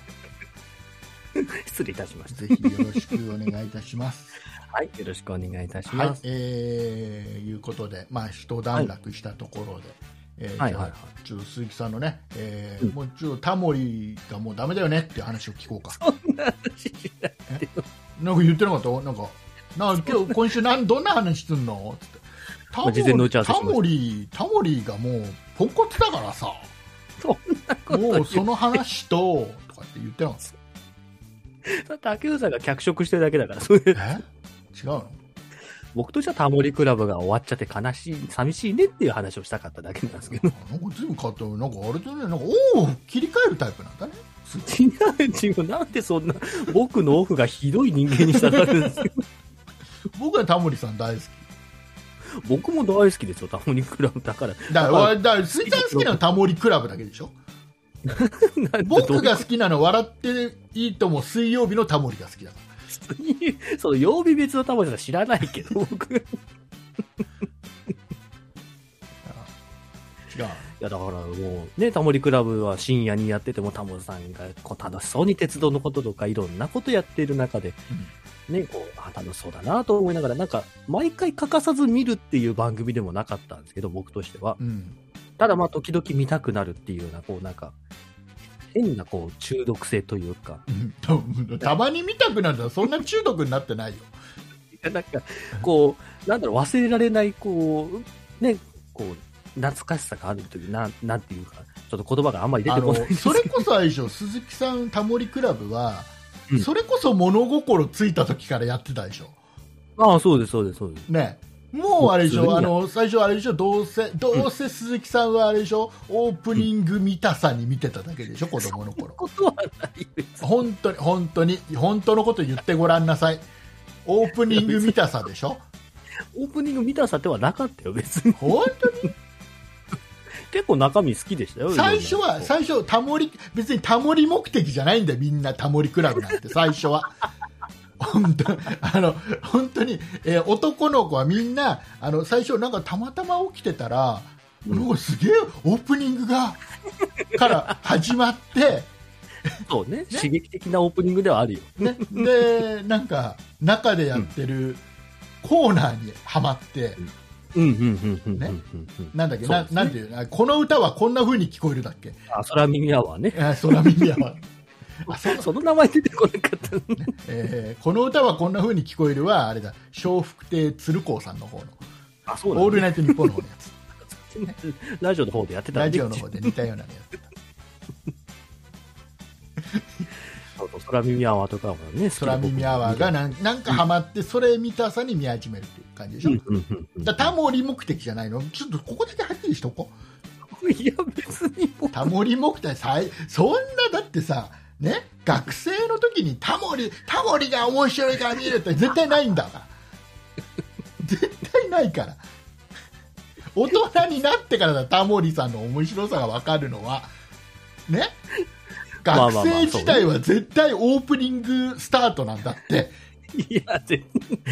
う
失礼いたしました。
ぜひよろしくお願いいたします
はい、よろしくお願いいたし
はい
ます。、
えー、いうことで、まあ、一段落したところで、えー
はいはいはい
じゃあちょっと鈴木さんのね、えー
うん
もうちょっとタモリがもうダメだよねっていう話を聞こうか。なんか言ってなかったなんか、なんか今日今週なんどんな話すんのつってタモ
あ事前の打ち合わせしま
タ
した
モリ、タモリがもうポンコツだからさ、もうその話と、とかって言ってなかっ
だって竹内さんが脚色してるだけだから、それ
た。え違うの
僕としてはタモリクラブが終わっちゃって悲しい、寂しいねっていう話をしたかっただけなんですけど。
なんかずいぶん変わったなんかあれだね、なんか、おお切り替えるタイプなんだね。
違う違う、なんでそんな僕のオフがひどい人間にしたがるんですよ。
僕はタモリさん大好き。
僕も大好きですよ、タモリクラブだか
だ
ら。
から
ま
わ、だから、鈴木さん好きなのはタモリクラブだけでしょ
なんでど
僕
う
が好きなのは、笑っていいとも水曜日のタモリが好きだか
その曜日別のタモリさん知らないけど、僕。い
ら。違う。
や、だからもう、ね、タモリクラブは深夜にやってても、タモリさんがこう楽しそうに鉄道のこととかいろんなことやってる中で、ね、こう、あ楽しそうだなと思いながら、なんか、毎回欠かさず見るっていう番組でもなかったんですけど、僕としては。
うん。
ただまあ、時々見たくなるっていうような、こう、なんか、変なこう、中毒性というか、 (laughs)
うん (laughs) たまに見たくなるのはそんな中毒になってないよ。
いやなんか、こう、なんだろう、忘れられない、こう、ね、こう、懐かしさがあるという、なん、なんていうか、ちょっと言葉があんまり出
あ
てこ
の
ないんです
そ
けど
れこそ相性、鈴木さん、タモリクラブは、
うん
それこそ物心ついた時からやってたでしょ。
ああ、そうです、そうです、そうです。
ねもうあれでし
普通に
ょ、
や
あの最初あれでしょ、どうせ、どうせ鈴木さんはあれでしょ、オープニング見たさに見てただけでしょ、子供の頃。
ことはないです。
本当に本当に本当のこと言ってごらんなさいオープニング見たさでしょ
オープニング見たさではなかったよ、別
(laughs)
に。
本当に
結構中身好きでしたよ、
最初は
最
最初タモリ別にタモリ目的じゃないんだよみんなタモリクラブなんて最初は (laughs) 本当あの本当に、えー男の子はみんなあの最初なんかたまたま起きてたら、
うん
なんかすげえオープニング
(laughs)
がから始まって
そうね刺激的なオープニングではあるよ。
ね、でなんか中でやってるコーナーにはまって、
うん、うん、うん、うん。
ね
うんうん
なんだっけ、
そう
な
ですね
なんていうのあこの歌はこんな風に聞こえるだっけ、 (laughs)
あ、空耳アワーね。
あ空耳ア
(laughs)
ワーあそう
その名前出てこなかった。
(laughs) えーこの歌はこんな風に聞こえるは、あれだ、笑福亭鶴光さんの方の、
あ、そう
オー
(laughs) な
ルナ
んだ。
イトニッポンの方のやつ、
ラジオの方でやってたん
ラジオの方で似たようなのやつ。
そうそう空耳アワーとかもね、好きで
空耳アワーが
(laughs)
なんなんかハマって、それ見たさに見始めるっていう感じでしょ。
うんうんうんうん
だタモリ目的じゃないのちょっとここだけはっきりしとこう。
いや、別にもう
タモリ目的、さいそんなだってさ、ね、学生の時にタモリ、タモリが面白いから見るって絶対ないんだから。 (laughs) 絶対ないから。大人になってからだ、タモリさんの面白さが分かるのは。ね
まあまあ
学
まあ
生時代は絶対オープニングスタートなんだって。
いや、全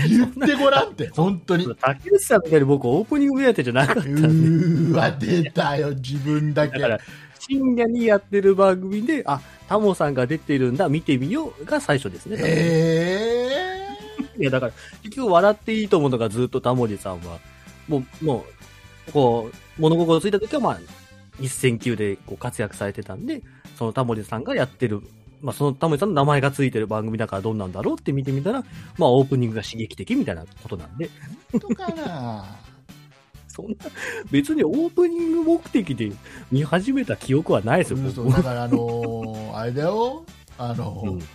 言ってごらんって、本当に。
然
う、
竹内さんみたいに僕、オープニング目当てじゃなかったんで、
ーわ、出たよ、自分だけ。
だから、深夜にやってる番組で、あ、タモさんが出てるんだ、見てみようが最初ですね。
えー。
いや、だから、結局、笑っていいと思うのがずっとタモリさんは、もう、もう、こう、物心ついた時は、まあ、一戦級でこう活躍されてたんで、そのタモリさんがやってる、まあ、そのタモリさんの名前がついてる番組だからどんなんだろうって見てみたら、まあ、オープニングが刺激的みたいなことなんで、
とかな
そんな、別にオープニング目的で見始めた記憶はないですよ、
嘘
僕
だからあのー (laughs) あれだよあのー、
うん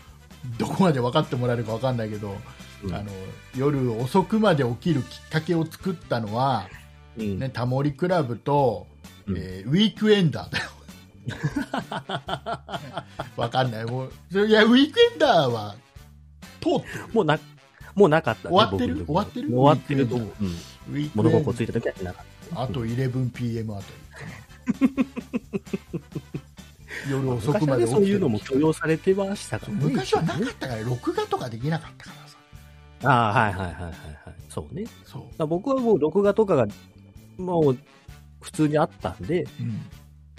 どこまで分かってもらえるか分かんないけど、
うん
あの夜遅くまで起きるきっかけを作ったのは、
うん
ね、タモリクラブと、
うん
えーウィークエン
(laughs)
ダーだよ分かんないもうそれいやウィークエンダーは通ってる
もうな、もうなかったね、
終わってる
僕
終わ
の時は
ってる
もう終わってると思う。うん
ウィークエ
物
ンダ
心
ー
ついた時はなかっ
あと 11PM あた
(laughs)
り夜
た。
遅
昔
くま
は
で
ね、
起き
そう
て
いう
る
のも許容されてましたからね。
昔はなかったから録画とかできなかったからさ
ああ、はいはいはいはいはい。そうね。だか
そう
ら僕はもう録画とかがもう、普通にあったんで、
うん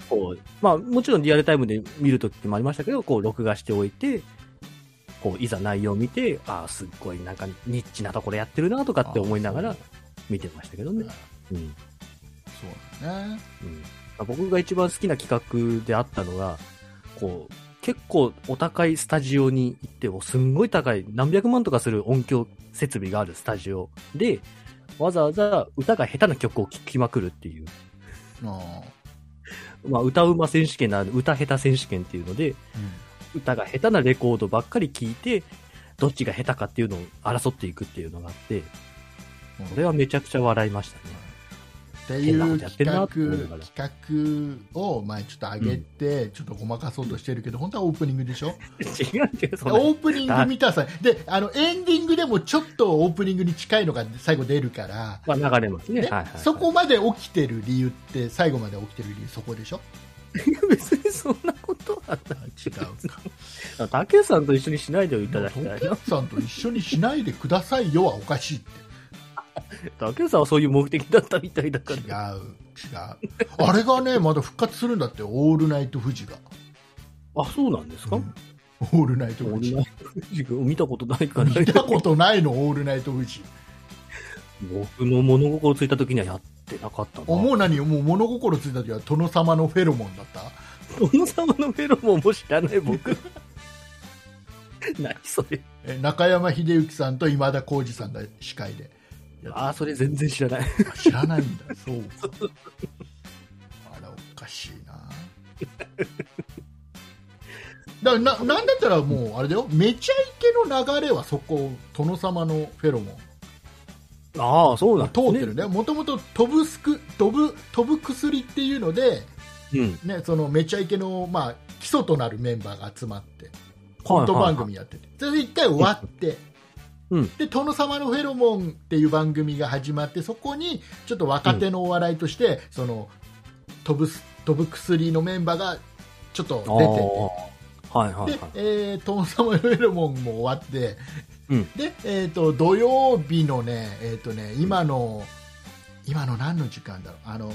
こう、まあ、もちろんリアルタイムで見るときもありましたけど、こう、録画しておいて、こう、いざ内容を見て、ああ、すっごいなんかニッチなところやってるなとかって思いなが
あ
ら見てましたけど
そう
ね。うん。うん
そうだね。
まあ僕が一番好きな企画であったのが、こう、結構お高いスタジオに行っても、すんごい高い、何百万とかする音響設備があるスタジオで、わざわざ歌が下手な曲を聴きまくるっていう。
あ
まあ、歌うま選手権な歌下手選手権っていうので、
ーうん
歌が下手なレコードばっかり聴いて、どっちが下手かっていうのを争っていくっていうのがあって、これはめちゃくちゃ笑いましたね。
ってい
変なこ
う
とやって
企
る
画
なって思いながら
企画を前ちょっと上げて、ちょっとごまかそうとしてるけど本当はオープニングでしょ
(laughs) 違う違う、そんな
オープニング見たさであのエンディングでもちょっとオープニングに近いのが最後出るから、
まあ、流れますね。
ね
はいはいはい
そこまで起きてる理由って最後まで起きてる理由そこでし
(laughs)
ょ
別にそんなことはな
違うか
い。竹内さんと一緒にしないでいただきたい
竹
な
内。さんと一緒にしないでくださいよはおかしいって
竹内さんはそういう目的だったみたいだか
違う違う
ら。
あれがねまだ復活するんだって「オールナイト富士が」
あ、そうなんですか、
うんオールナイト富士
俺見たことないから、
見たことないの「オールナイト富士」
僕の物心ついた時にはやってなかったな。
あもう何もう物心ついた時は殿様のフェロモンだった
殿様のフェロモンも知らない僕。何それ。
え中山秀幸さんと今田耕司さんが司会でやって
ああ、それ全然知らない。
あ知らない (laughs) んだそうかあらおかしいなだななんだったらもうあれだよめちゃイケの流れはそこ殿様のフェロモン
ああ、そうなんです
通
ね
ってるねもともと飛ぶすく飛ぶ飛ぶ薬っていうので、
うん。
ね、そのめちゃイケの、まあ、基礎となるメンバーが集まってコント番組やってて、それで一回終わって、
うん
で殿様のフェロモンっていう番組が始まって、そこにちょっと若手のお笑いとして、その飛ぶす飛ぶ薬のメンバーがちょっと
はいはいはい。ああはいは
出
い
て
は
て
い、。
で、えー殿様のフェロモンも終わって、
うん
で、えっ、と土曜日のね、えっ、とね今の、今の何の時間だろう、あの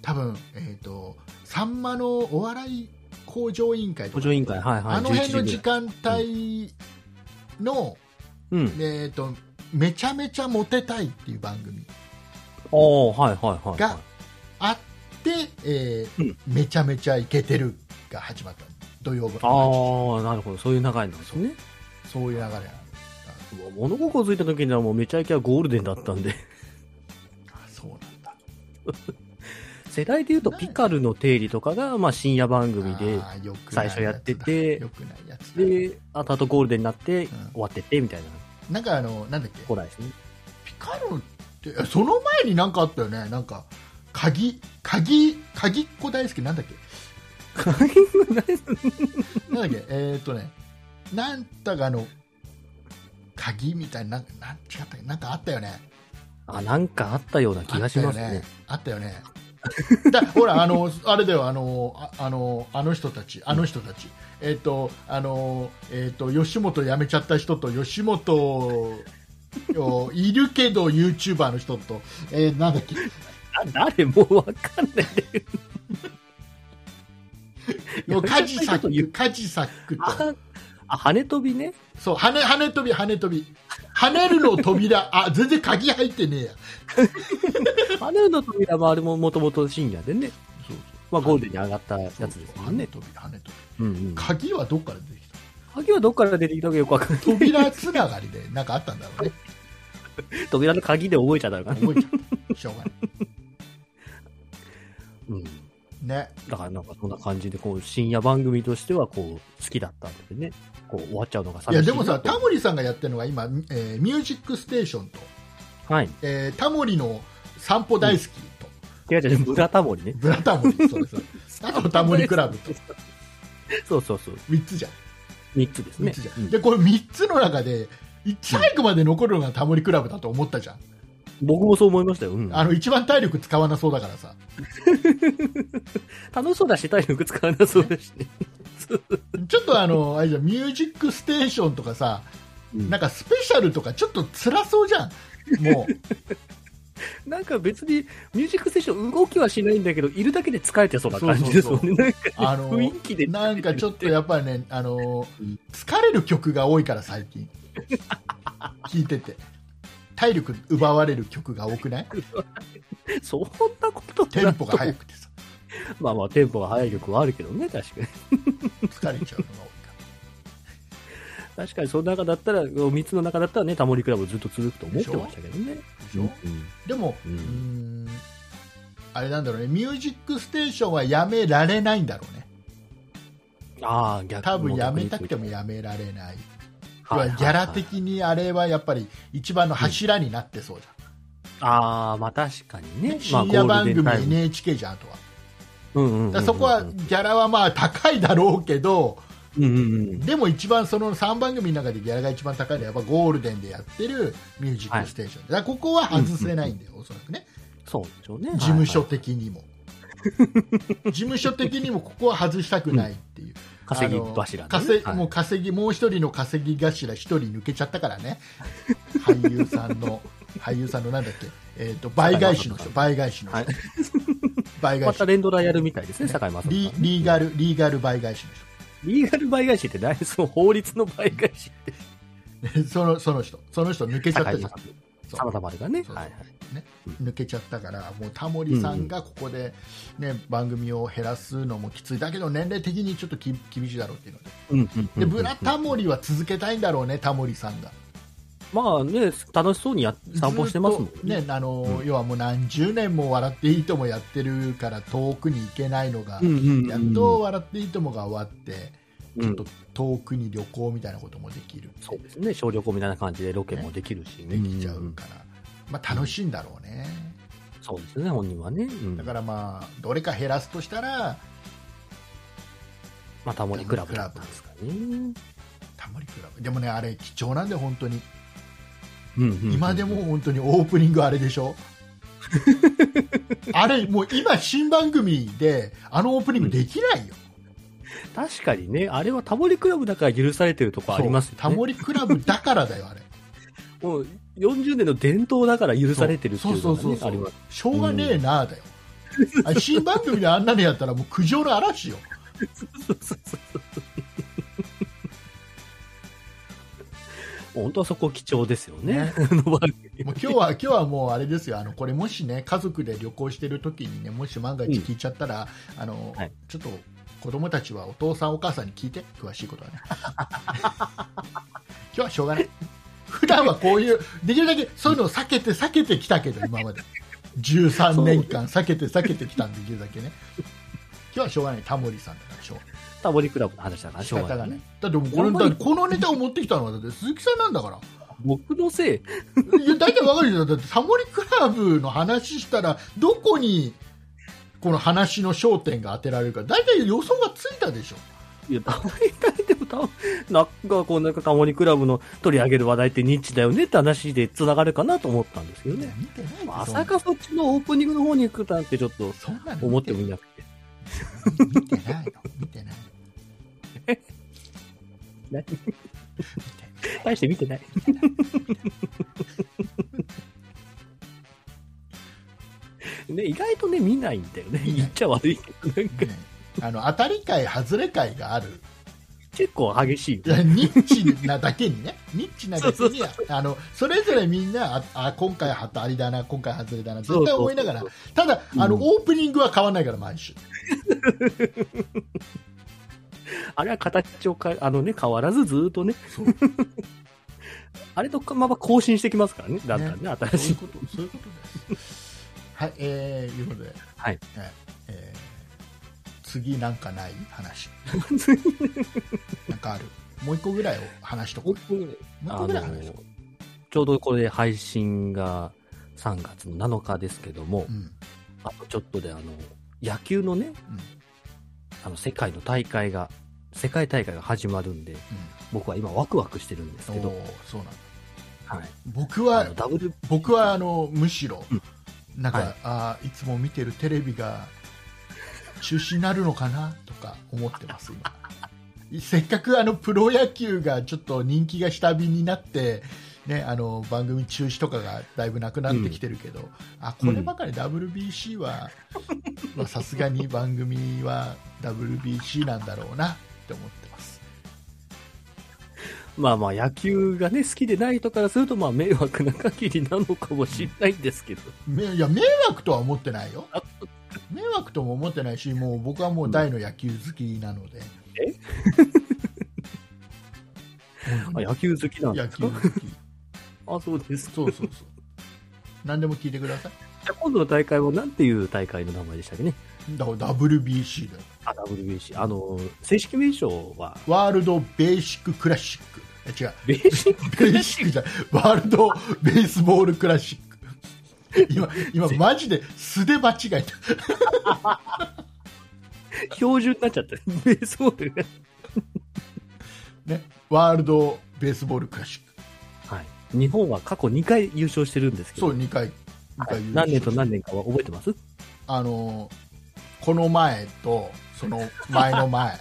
多分えっ、とさんまのお笑い向上委員会と
補
か
助委員会、はいはい。
あの辺の
11
時
ぐらい。
間帯の、
うん。
えー、とめちゃめちゃモテたいっていう番組
ああ、はいはいはい。
があって、えー
うん
めちゃめちゃイケてるが始まった土曜日
ああ、なるほど。そういう流れなんですね。
そういう流れなの
うわ物心ついた時にはもうめちゃイケはゴールデンだったんで。 (laughs)
あそうなんだ
世代で言うとピカルの定理とかが、まあ深夜番組で、
あーよくない
最初やってて
よくないやつだ
で、あとあとゴールデンになって終わってってみたいな。
なんかあのなんだっけ
古来ですね。
ピカロってえその前になんかあったよねなんか鍵鍵鍵っ子大好きなんだっけなんだっけ、えーっとね、なんたかの鍵みたいな、なんなん違ったっけなんかあったよね。
あ、なんかあったような気がしますね。
あったよね。あったよね。 (laughs) だほら、あの、あれだよ、あの、ああの、あの人たち、あの人たち。えーっ、と、あの、えーっ、と、吉本辞めちゃった人と、吉本をいるけど、YouTuber の人と、えーなんだっ
(laughs)
け、
あ誰もうわかんないんだけど。
カジサック、カジサックと。
あ、あ羽飛びね。
そう、跳ね、跳ね飛び、跳ね飛び。跳ねるの扉、あ、全然鍵入ってねえや。
羽根の扉もあれももともと深夜でね。
そう
まあゴールデンに上がったやつ
そう。
です
跳
よ
ね
ね。
飛び、跳ね飛び。
うんうん。
鍵はどっから出てきた
鍵はどっから出てきたかよくわかんない。
扉つながりで、なんかあったんだろうね。
扉の鍵で覚えちゃったのかな。
覚えちゃった。しょうが
うん。
ない。ね。
だからなんかそんな感じで、こう、深夜番組としては、こう、好きだったんでね。こう、終わっちゃうのが
い
寂し
や、
い。
でもさ、タモリさんがやってるのが今、えーミュージックステーションと、
はい。
えータモリの散歩大好きと、
違う違う、ブラタモリね。
ブラタモ
(laughs)
リ、そうそう。あとタモリクラブと、
そうそうそう。
3つじゃん。
三つですね
三つじゃ。
うん
ん。で、これ3つの中で、最後まで残るのがタモリクラブだと思ったじゃん。
僕もそう思いましたよ。うん。
あの、一番体力使わなそうだからさ。
楽しそうだし、体力使わなそうだしね。
ちょっとあの、あれじゃんミュージックステーションとかさ、
うん
なんかスペシャルとかちょっと辛そうじゃん。もう、
なんか別にミュージックセッション動きはしないんだけど、いるだけで疲れてそうな感じですもんね。なんかね
あの
(laughs) 雰囲気で。
なんかちょっとやっぱりね、あの疲れる曲が多いから最近、聴いてて、体力奪われる曲が多くない
そんなこと
テンポが速
く。
くてさ、
まあまあ、テンポが速い曲はあるけどね、確かに。
疲れちゃうのが多いから。
確かに、その中だったら、3つの中だったらね、タモリクラブずっと続くと思ってましたけどね。
でしょでも、
うん
うーんあれなんだろうね、ミュージックステーションはやめられないんだろうね。
ああ、逆
多分やめたくてもやめられない。要はギャラ
はいはいはい
的にあれはやっぱり一番の柱になってそうじ
ああ、まあ確かに
ゃん。
ね。まあ
深夜番組
ゴールデンタイム
NHK じゃん、あとは。
うんうんうんうん
だからそこはギャラはまあ高いだろうけど、
うんうんうん。
でも一番その3番組の中でギャラが一番高いのはやっぱゴールデンでやってるミュージックステーション。だからここは外せないんだよ、おそらくね。
そうでしょうね。
事務所的に
(laughs)
も。事務所的にもここは外したくないっていう。
はいはい、稼
あ
ぎ柱、
の
ね。
稼ぎ
はい
もう稼ぎもう一人の稼ぎ頭一人抜けちゃったから
(laughs)
ね俳優さんの俳優さんのなんだっけ、えー、と倍返しの人倍返しの人、
はい
倍返
ま
した
連ドラやるみたいですね、坂井正人
リ
さんね
リーガルリーガル倍返し
リーガル倍返しって何その法律の倍返しって。
の人 (laughs) そのその人 (laughs) その人抜けちゃっ
坂
た
井
じゃん
正人。
そう
さまざまがね。
そうそう
はいはい。
ね、抜けちゃったからもうタモリさんがここで、ね番組を減らすのもきついだけど年齢的にちょっとき厳しいだろうっていうので
うんうんうん
でブラタモリは続けたいんだろうねタモリさんが。
まあね、楽しそうにや散歩してますもん
ずっとねあの、要はもう何十年も「笑っていいとも」やってるから遠くに行けないのが、
うんうんうん
やっと「笑っていいとも」が終わって、
うん
ちょっと遠くに旅行みたいなこともできる
そうですね、小旅行みたいな感じでロケもできるしね。
できちゃ
ん
うんから、まあ、楽しいんだろうね、
そうですね、本人はね。うん
だからまあどれか減らすとしたら
まあ、タモリクラブだったんですかね。うん
タモリクラブでもねあれ貴重なんで本当に
うんうん
今でも本当にオープニングあれでし
(laughs)
ょあれもう今新番組であのオープニングできないよ、
確かにね、あれはタモリクラブだから許されてるとこありますよね。
タモリクラブだからだよ、
(laughs)
あれ。
もう40年の伝統だから許されてるっていうのが、
そ
ね、
うそうそうそう
あります。
しょうがねえなあ
(laughs)
だよ。あ新番組であんなのやったらもう苦情の嵐よ。
本当はそこ貴重ですよね。 (laughs) あの番組
もう今日は今日 (laughs) はもうあれですよ。あのこれもしね家族で旅行してる時にねもし万が一聞いちゃったら、あの、
はい
ちょっと子供たちはお父さんお母さんに聞いて詳しいことはね。 (laughs) 今日はしょうがない。 (laughs) 普段はこういうできるだけそういうのを避けて避けてきたけど今まで13年間避けて避けてきたんでできるだけね。今日はしょうがないタモリさんだからしょうがない。
タモリクラブの話だから、
仕方が
しょうがな
ないい。だってもうこれだってこのネタを持ってきたのはだって鈴木さんなんだから。
僕のせい、
いや大体わかるじゃん。だってタモリクラブの話したらどこにこの話の焦点が当てられるか大体予想がついたでしょ。
いや、タモリクラブでもタモ、なんかこう、なんかタモリクラブの取り上げる話題ってニッチだよねって話で繋がるかなと思ったんですけどね。
見てない
まさかそっちのオープニングの方に行くなんてちょっと
そんなの
思ってもい
ない。
なくて。
見てないの。見てない。
何大して見
(laughs)
てない。ね、意外とね、見ないんだよね。
見ない
言っちゃ悪いけど、なんか
見てないあの当たり会外れ会がある。
結構激しいよ
い。やニッチなだけにね、ニッチなだけに、あのそれぞれみんな、ああ今回当たりだな、今回外れだな、絶対思いながら
そう、
ただ、あの
うん
オープニングは変わらないから、毎週、
あれは形をかえあのね、変わらずずーっとね
そう。
(laughs) あれとかまま更新してきますからね、だんだんね、新
そう
し
いう
い。
こと、そういうことです。はい、えー、いうことで、
はい。
えー次なんかない
(laughs)
話、なんかある、もう一個ぐらいを話しとこう、もう一個ぐらい話しとこ
ちょうどこれ配信が3月の7日ですけども
う、う、ん、
あとちょっとであの、野球のね、
うん
あの、世界の大会が、世界大会が始まるんで、僕は今ワクワクしてるんです
う
け
ん、お
ど、
ーそうなんだ
はい。
僕
あ
は
の、W、
僕はあのむしろ、
うん
なんか、
はい
あーいつも見てるテレビが中止になるのかなとか思ってます、 (laughs) 今。せっかくあのプロ野球がちょっと人気が下火になって、ね、あの番組中止とかがだいぶなくなってきてるけど、あこればかり WBC はまあさすがに (laughs) 番組は WBC なんだろうなって思ってます。
まあまあ野球がね、好きでない人からすると、まあ迷惑な限りなのかもしれないんですけど。
めいや迷惑とは思ってないよ。迷惑とも思ってないし、もう僕はもう大の野球好きなので。
あ野球好きなんで
野
す
球
か
好き。
あ、そうです。
そうそうそう。何でも聞いてください。
じゃあ今度の大会はなんていう大会の名前でしたっけね。
だから WBC だよ。
あ、WBC。あの、正式名称は、
ワールドベーシッククラシック。え違う。
ベーシック
ベーシックじゃないワールドベースボールクラシック。今、今、マジで素で間違えた。
標準になっちゃってる。ベースボール
(laughs)
が。
ね。ワールドベースボールクラシック。
はい。日本は過去2回優勝してるんですけど。
そう、2回、二
は
回
い
優勝
何年と何年かは覚えてます (laughs)
あのー、この前と、その前の (laughs) 前。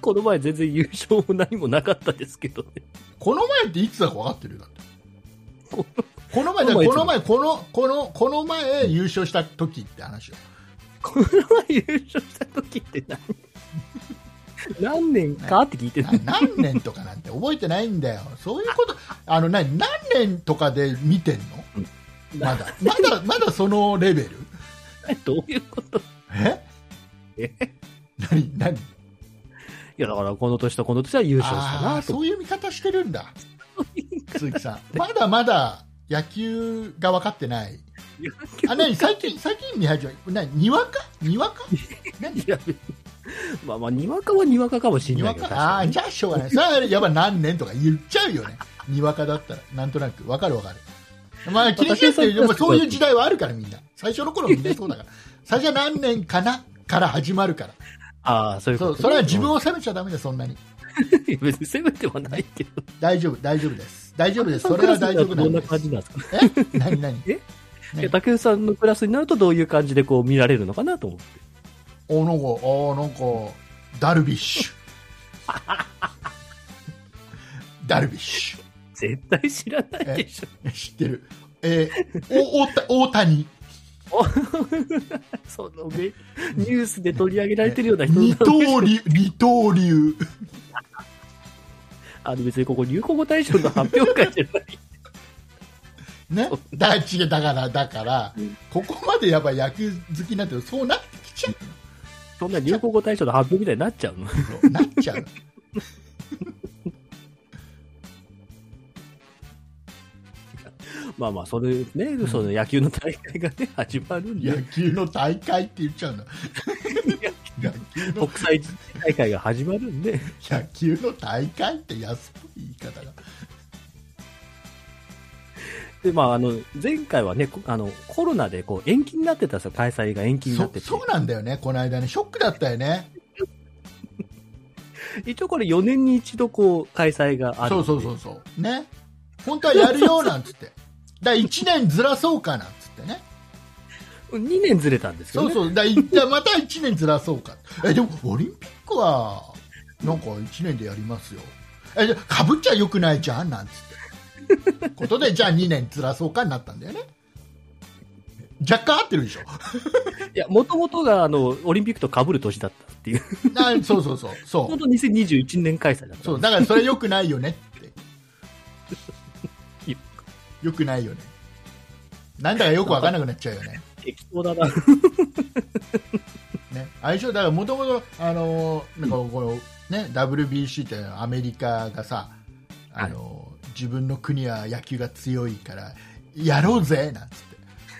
この前全然優勝も何もなかったですけどね。
この前っていつだか分かってるよだって。
こ
この前、だ
この
から
前
この前、この、この、この前優勝した時って話よ。
この前優勝した時って何 (laughs) 何年かって聞いて (laughs) る
な。何年とかなんて覚えてないんだよ、そういうこと、あのな何年とかで見てんの
うん、
まだ、まだ、まだそのレベル、
どういうことい
え
え
何、何、
や、だからこの年とこの年は優勝した
あー
なと。
そういう見方してるんだ、鈴木さん、まだまだ野球が分かってない、あ何最近、最近見始め、何、にわか、にわか、何
い、や、まあまあ、にわかはにわかかもしれ
に
な
わ
いけど。
か、ああー、
確かに
じゃあしょうがない、それはやっぱ何年とか言っちゃうよね、にわかだったら、なんとなく、分かる分かる。まあ、気にしなくていいよ、
私
ま
は
あそういう時代はあるから、みんな。最初の頃みんなそう
(laughs)
だから。最初は何年かなから始まるから。
ああ、そういうこ
そ
と
う、
ね
それは自分
(laughs)
を責めちゃダメだよ、そんなに。
別に責めてはないけど。
大丈夫、大丈夫です。大丈夫です。それは大丈夫な
ど
ん
んな
で
感
す
じ。なんですか
え何何
え
ね
いや竹内さんのクラスになるとどういう感じでこう見られるのかなと思って。
お、なんか、おなんか、ダルビッ
(laughs)
シュ。ダルビッシ
絶対知らないでしょ。
ュ。知ってる。えー、お、おた、大谷。
そのね、ニュースで取り上げられてるような人
二刀
(laughs)
流、二刀流。
あの別にここ流行語大賞の発表会じゃない。
ね、だから違うだから、だから、
うん
ここまでやっぱ野球好きになってるとそうなってきちゃう
そんな流行語大賞の発表みたいになっちゃうの。 (laughs)
の、なっちゃうの。
まあまあ、それね、その野球の大会がね、 (laughs) 始まるんで
野、球の大会って言っちゃうの。野球の
国際大会が始まるんで、
野球の大会って安っぽい言い方が。
で、まあ、あの、前回はね、こあの、コロナでこう、延期になってたんですよ、開催が延期になっ
そ
てて。
そうなんだよね、この間ね、ショックだったよね。
一応これ4年に一度こう、開催があ
そ
るん
う
で。
そうそうそう。ね。本当はやるよなんつって。だから1年ずらそうかなんつってね。
2年ずれたんですけど、
そ
ね。
うそう。だからいだからまた1年ずらそうか。え、でもオリンピックは、なんか1年でやりますよ。え、じゃあかぶっちゃよくないじゃんなんつって。ことで、じゃあ2年ずらそうかになったんだよね。若干合ってるでしょ。
いや、もともとが、あの、オリンピックと被る年だったっていう。
なそうそうそう。そ
本
う。
当2021年開催だった。
そう。だからそれよくないよねって。
よ
よくないよね。なんだかよくわかんなくなっちゃうよね。
適当だ
(laughs)
な。
ね、相性だからもともとあのーなんかこの、ね WBC ってアメリカがさあのー自分の国は野球が強いからやろうぜなんつって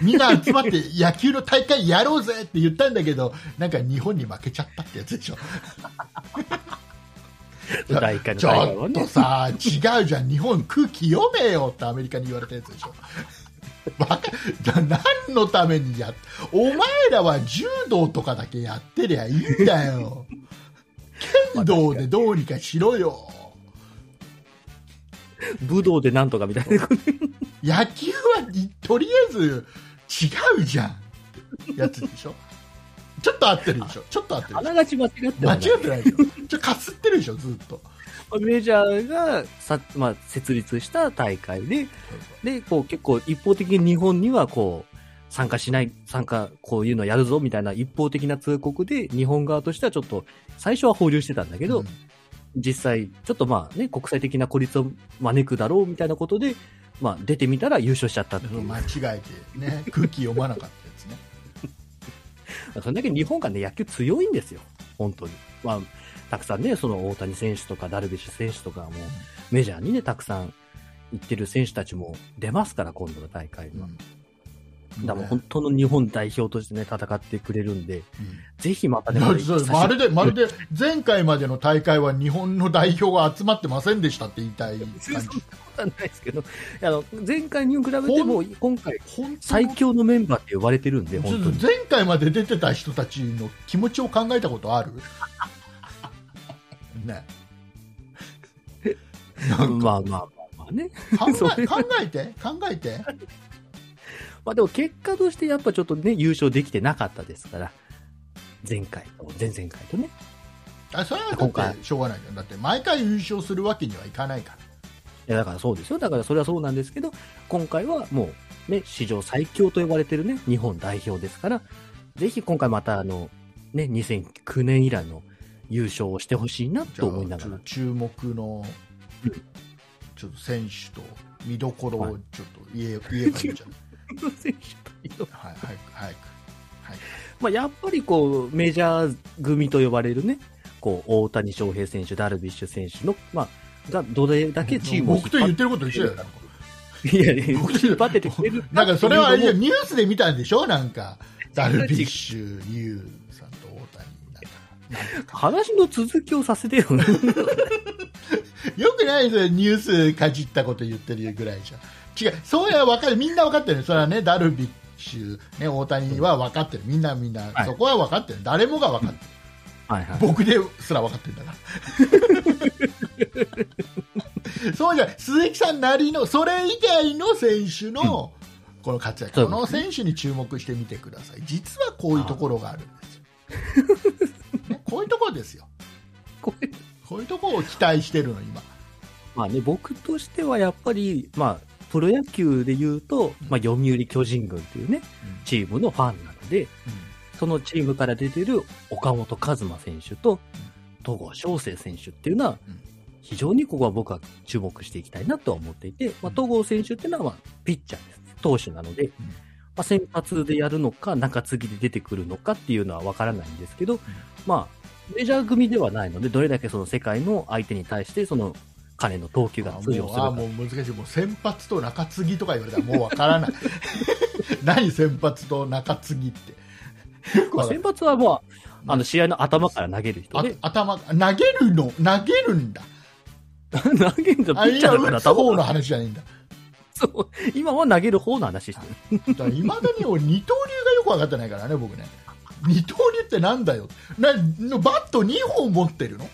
みんな集まって野球の大会やろうぜって言ったんだけどなんか日本に負けちゃったってやつでしょ
大会の大
ち
会
ょ
は
っ
ね
と。さ違うじゃん日本空気読めよってアメリカに言われたやつでしょバカじゃあ何のためにやっお前らは柔道とかだけやってりゃいいんだよ剣道でどうにかしろよ
武道でなんとかみたいな。
野球はいとりあえず違うじゃんってやつでしょちょっと合ってるでしょちょっと合ってる
あ
でし
ながち間違って
ょ間
は
違
ない。
ってないでしょちょっとかすってるでしょずっと
まあメジャーがさ、まあ、設立した大会で、で、こう結構一方的に日本にはこう、参加しない、参加、こういうのやるぞみたいな一方的な通告で、日本側としてはちょっと、最初は放流してたんだけど、
うん
実際、ちょっとまあね、国際的な孤立を招くだろうみたいなことで、まあ出てみたら優勝しちゃったっていう。
間違えて、ね、空気読まなかったですね。
それだけ日本がね、野球強いんですよ。本当に。まあ、たくさんね、その大谷選手とかダルビッシュ選手とかも、メジャーにね、たくさん行ってる選手たちも出ますから、今度の大会
うん
は。だからもう本当の日本代表としてね、戦ってくれるんで、
う
ぜひまた
ん
ね、
だってそうまるで、まるで前回までの大会は日本の代表が集まってませんでしたって言いたい感
そんな
じ
こ。とはないですけど、あの前回に比べても、今回、
本当
最強のメンバーって呼ばれてるんで、
ちょ
本
っ
当
と
に。
前回まで出てた人たちの気持ちを考えたことあるねなんか
まあまあまあまあね。
考
(laughs) そ
え
れ
考えて考えて
まあでも結果としてやっぱちょっとね、優勝できてなかったですから、前回と、前々回とね。
あそれは
今
だっ
回
てしょうがないじゃんだって毎回優勝するわけにはいかないから
いやだからそうですよ。だからそれはそうなんですけど、今回はもう、ね、史上最強と呼ばれてるね、日本代表ですから、ぜひ今回またあの、ね、2009年以来の優勝をしてほしいな
じゃ
と
あ
思いなが
ちょ
ら
っと。注目のちょっと選手と見どころをちょっと言え,、
(laughs)
言えばいいんじゃないはいはいはいはい
まあ、やっぱりこう、メジャー組と呼ばれるね、こう、大谷翔平選手、ダルビッシュ選手の、まあ、がどれだけチームを引っ
僕と
張
言っ
って
ること一緒だよ
て、いやいや
僕と
引っ張っててくれる
なんかそれはあれじゃん
っていうのも
ニュースで見たんでしょなんかダルビッシュ有さんと大谷なんかなんか
話の続きをさせてよ。
よくないですよニュースかじったこと言ってるぐらいじゃん違うそうやわかるみんな分かってるそれはねダルビッシュ、ね、大谷は分かってるみんなみんな、
はい
そこは分かってる誰もが分かってる、
はいはい。
僕ですら分かってるんだから (laughs) そうじゃない鈴木さんなりのそれ以外の選手の、この活躍
そう
こ
ですね
の選手に注目してみてください実はこういうところがあるん
(laughs)
ですよ、ねこういうところですよ
(laughs) これ
こういうところを期待してるの今
まあね、僕としてはやっぱり、まあ、プロ野球で言うと、まあ、読売巨人軍っていうね、チームのファンなので、
うん
そのチームから出てる岡本和真選手と、戸郷翔征選手っていうのは
うん、
非常にここは僕は注目していきたいなとは思っていて、まあ、戸郷選手っていうのは、まあ、ピッチャーですね。投手なので、まあ、先発でやるのか、中継ぎで出てくるのかっていうのは分からないんですけど、まあ、メジャー組ではないので、どれだけその世界の相手に対して、その彼の投球が
あ
通用
もう
する
あ
か。
もう難しいもう先発と中継ぎとか言われたらもうわからない (laughs) 何先発と中継ぎってよく
まあ
わかん
先発はまあ、あの試合の頭から投げる人
ない
で、
あ頭投げるの投げるんだ
(laughs) 投げるんじゃピ
あ
ッ
い
チ
や
ャーだか
打
ら
つ
頭
方の
から
話じゃないんだ
そう今は投げる方の話してる。
だからいまだに俺二刀流がよく分かってないからね僕ね二刀流ってなんだよなのバット2本持ってるの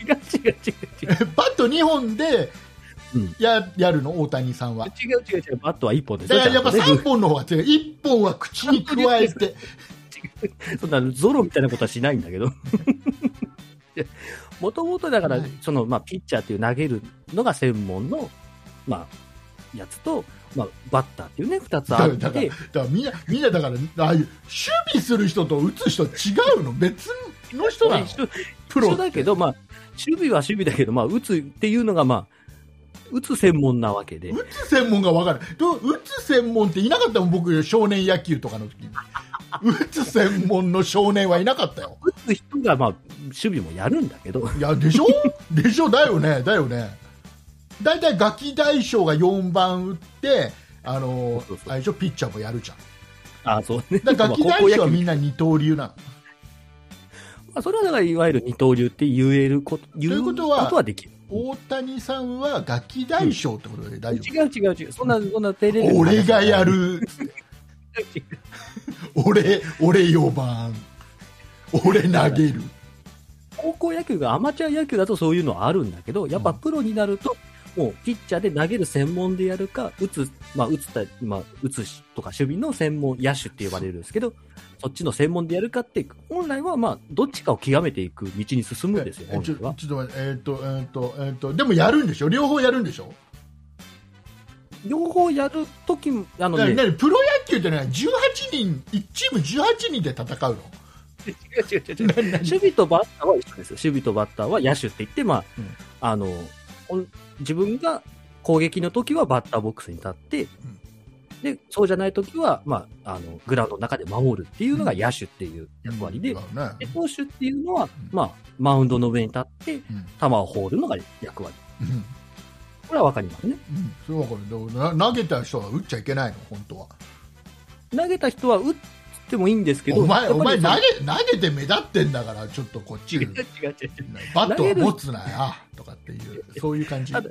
違う違う違う違う。
バット2本で
うん
や,、やるの大谷さんは
違う違う違う。バットは一本です
だ
よ。
からやっぱ
ちゃんと
3
ね
本の方が強い1本は口に加えて
そんなゾロみたいなことはしないん
(laughs)
だけど。もともとだから
はい、
その、まあ、ピッチャーっていう投げるのが専門の、まあ、やつと、まあ、バッターっていうね、二つあっ
だから
て
だ、からみんなみんなだからああいう守備する人と打つ人違うの別の人なの
一緒
プロ
一緒だけど、まあ、守備は守備だけど、まあ、打つっていうのが、まあ、打つ専門なわけで
打、つ専門が分かるどう打つ専門っていなかったもん僕少年野球とかの時に打つ専門の少年はいなかったよ
打つ人が、まあ、守備もやるんだけど、
いや
(laughs)
でしょでしょだよねだよね大体ガキ大将が4番打ってあの
そうそうそう
あれでしょピッチャーもやるじゃん
あそうね。
だからガキ
まあ
大将は
ま
みんな二刀流なの
あ、それはだから、いわゆる二刀流って言えること、言
いう
こ
ことは
とはできる。
大谷さんはガキ大将ってことで大丈夫
違う違う違う。そんな、そんな照れる話じゃな
俺
い
がや。
(laughs)
る俺俺4番俺投げる
高校野球がアマチュア野球だとそういうのはあるんだけど、やっぱプロになると、もうピッチャーで投げる専門でやるか、打つ、まあ、打つた、まあ、打つしとか守備の専門、野手って呼ばれるんですけど、そっちの専門でやるかって、本来はまあ、どっちかを極めていく道に進むんですよ、
え
本
ちょ
来は。
ちょっと待って、えーっと、えーっと、えーっと、でもやるんでしょ両方やるんでしょ
両方やるときも、あの
な
ね、
なにプロ野球ってね、18人、1チーム18人で戦うの
違う違う違う違う守備とバッターは一緒ですよ。守備とバッターは野手って言って、まあ、
うん
あの、おん自分が攻撃の時はバッターボックスに立って、で、そうじゃない時は、まあ、あの、グラウンドの中で守るっていうのが野手っていう役割で、
うん違うね
で投手っていうのは、まあ、マウンドの上に立って、球を放るのが役割。
うんうん
これはわかりますね。
うん、そうだからだからな投げた人は打っちゃいけないの、本当は。
投げた人は打ってもいいんですけど、
お前、
やっ
お
ぱ
前
り
投げ、投げて目立ってんだから、ちょっとこっち、
(laughs) 違う違う違う。
バットを持つなよ、とかっていう、そういう感じ。
ただ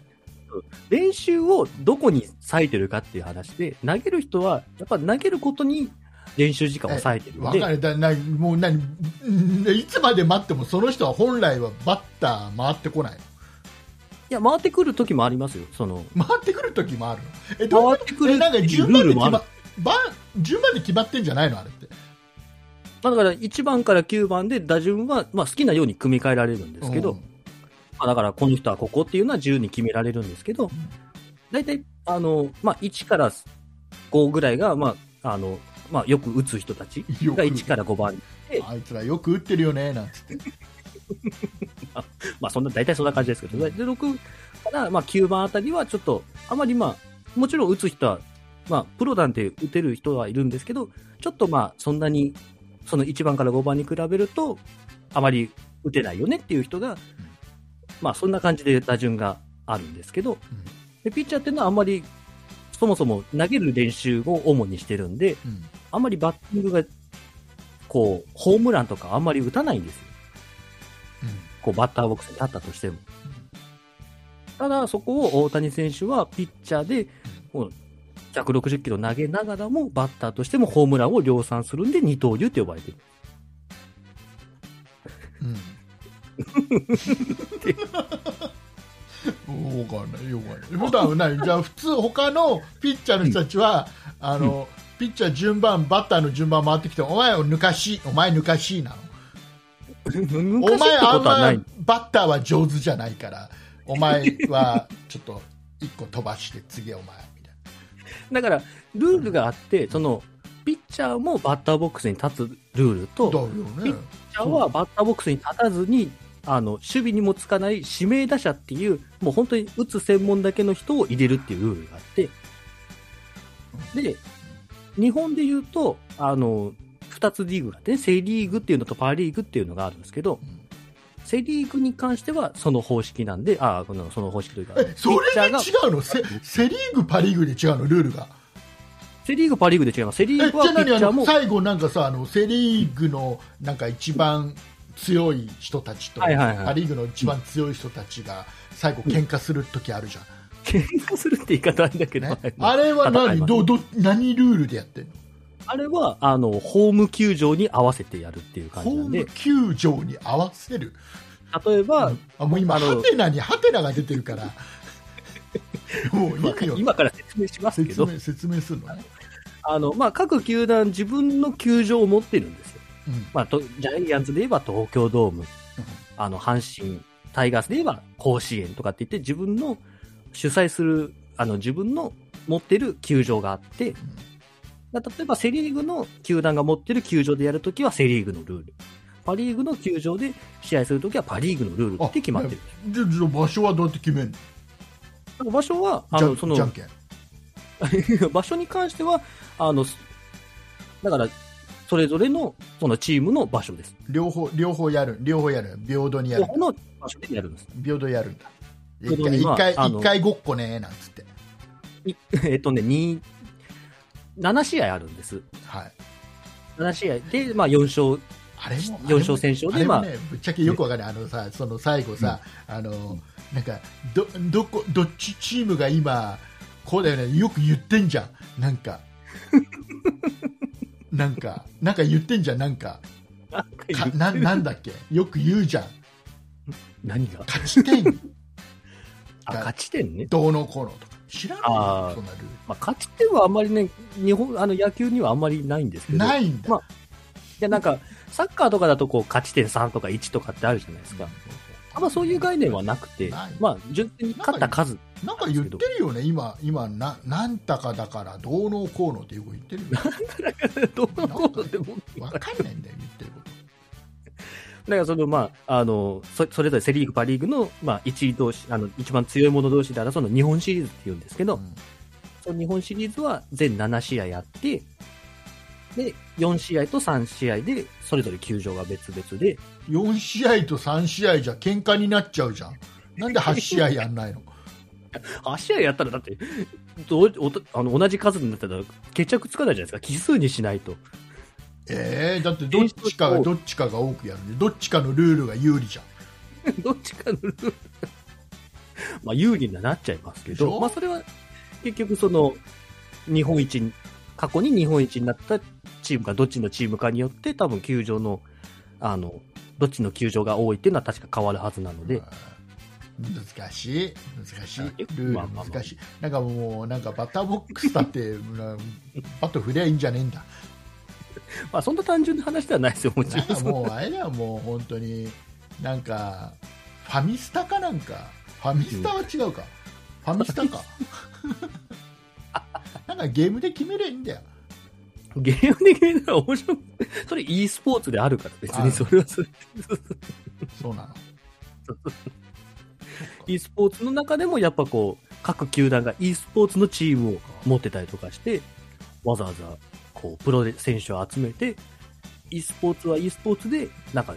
練習をどこに割いてるかっていう話で、投げる人は、やっぱ投げることに練習時間を割いてるん
わか
で、
るだなもう何うんいつまで待ってもその人は本来はバッター回ってこない
いや、回ってくる時もありますよ。その、
回ってくる時もあるのえどう
回ってくる
えなんか
っていう
順
ル
番で決
ールもあ
ま
る。ま
ば順番で決まってんじゃないのあれって
あだから1番から9番で打順は、まあ、好きなように組み替えられるんですけど、
うん
まあ、だからこの人はここっていうのは自由に決められるんですけど、大体、あの、まあ、1から5ぐらいが、まあ、あの、まあ、よく打つ人たち
よ
が
く
1から5番
あいつらよく打ってるよねなんつって
まあそんな、大体そんな感じですけど、で6から、まあ、9番あたりはちょっと、あまりまあ、もちろん打つ人は、まあ、プロなんて打てる人はいるんですけど、ちょっとまあ、そんなに、その1番から5番に比べると、あまり打てないよねっていう人が、まあ、そんな感じで打順があるんですけど、でピッチャーっていうのはあんまり、そもそも投げる練習を主にしてるんで、
うん
あんまりバッティングが、こう、ホームランとかあんまり打たないんですよ。こうバッターボックスに立ったとしても。ただ、そこを大谷選手はピッチャーで、もう160キロ投げながらも、バッターとしてもホームランを量産するんで、二刀流って呼ばれ (laughs) てる。
うんうんわかんないよくわかんない普段はないじゃあ普通他のピッチャーの人たちは、あのピッチャー順番バッターの順番回ってきてお前を抜かしお前抜かしなのお
昔ってこ
前あん
とはな
ま
い。
バッターは上手じゃないからお前はちょっと一個飛ばして次お前みたい
だから、ルールがあって、その、ピッチャーもバッターボックスに立つルール
なだ
と、
よね
ピッチャーはバッターボックスに立たずに、あの、守備にもつかない指名打者っていう、もう本当に打つ専門だけの人を入れるっていうルールがあって、で、日本で言うと、あの、二つリーグがあってね、セリーグっていうのとパーリーグっていうのがあるんですけど、
うん
セリーグに関してはその方式なんで、ああ、このその方式というか、
えそれ
ピッチ
で
ャーが
違うのセセ・リーグパ・リーグで違うのルールが
セリーグ、パーリーグで違います。セリ
え
ー
じ
グ
ゃあ
はピッ
何あ
チャ
の
ーも、
最後なんかさあのセ・リーグのなんか一番強い人たちと、
はいはいはい
パ・リーグの一番強い人たちが最後喧嘩する時あるじゃん、
喧嘩するって言い方あれだけど、
ね、あれは
戦い
何
ます
どど何ルールでやってんの
あれは、あの、ホーム球場に合わせてやるっていう感じ
ホ
な
ー
んで
ム、球場に合わせる
例えば、
あもう今
あの
ハテナにハテナが出てる
(laughs)
からもうい
今
いよ
今から説明しますけ
説
ど、
明説明するのね、
あの、まあ、各球団自分の球場を持ってるんですよ。
うん
まあ、とジャイアンツで言えば東京ドーム、あの、阪神、タイガースで言えば甲子園とかって言って、自分の主催する、あの、自分の持ってる球場があって、だ例えばセリーグの球団が持ってる球場でやるときはセリーグのルール。パリーグの球場で試合するときはパリーグのルールって決まってる。
じゃじゃあ場所はどうやって決めるの
場所は、あ
じゃ
の、
ん
そ
じゃ
の
ん、けん
(laughs) 場所に関しては、あの、だから、それぞれの、そのチームの場所です。
両方両方やる両方やる平等にやる
この場所でやるんです。 (laughs)
平等やるんだ
平
一
等
回
に
一
まあ
回
あの
一回ごっこねなんつって
いえっとね、2、7試合あるんです。
はい
7試合で、まあ、4勝、
あれも
4勝先勝
あ
で、
れ
ま
も
あ、
ねぶっちゃけよくわかんないあのさその最後さ、あのなんかどどこどっちチームが今こうだよねよく言ってんじゃんなん
(laughs)
かなんかなんか言ってんじゃんなんか
なんか
(laughs)
言 (laughs)
か
う
ななんだっけよく言うじゃん
何が
勝ち点
あ、勝ち点ね。
どうのこうのとか知らない
あ
よ
ー
そんなルー
まあ、勝ち点はあんまりね、日本、あの、野球にはあんまりないんですけ
ル
ど。
ないいんだ、
まあや、なんか、サッカーとかだと、こう、勝ち点3とか1とかってあるじゃないですか。あんまそういう概念はなくて
ない、
まあ、純粋に勝った数。
なんか言ってるよね今今ななんたかだからどうのこうのってよく言ってるよね
(laughs) どうのこうのって僕
わかんないんだよ言ってること
だからその、まあ、あのそそれぞれセ・リーグ、パ・リーグの、まあ、一位同士あの一番強い者同士で争うの日本シリーズっていうんですけど、
うん
その日本シリーズは全7試合やってで4試合と3試合でそれぞれ球場が別々で
4試合と3試合じゃ喧嘩になっちゃうじゃんなんで8試合やんないの (laughs)
8試合やったらだってどうおとあの同じ数になったら決着つかないじゃないですか奇数にしないと
えー、だってどっちかがどっちかが多くやるんでどっちかのルールが有利じゃん
(laughs) どっちかのルールまあ有利にはなっちゃいますけ
でしょ
ど、まあそれは結局その日本一に、過去に日本一になったチームがどっちのチームかによって多分球場の、あの、どっちの球場が多いっていうのは確か変わるはずなので、
難しい難しいル
ま
ー
あまあまあ
ル難しいなんかもうなんかバッターボックスだって (laughs) なバット振りゃいいんじゃねえんだ
まあそんな単純な話ではないですよ、もちろ
なん
ん。
かもうあれだよもう本当になんかファミスタかなんかファミスタは違うか、ファミス
(laughs)
タかなんかゲームで決めりゃいいんだよ
ゲームで決めたら面白い。それ e スポーツであるから別にそれはそれ、
そうなの
e スポーツの中でもやっぱこう、各球団が e スポーツのチームを持ってたりとかして、わざわざこうプロ選手を集めて、e スポーツは e スポーツでなんか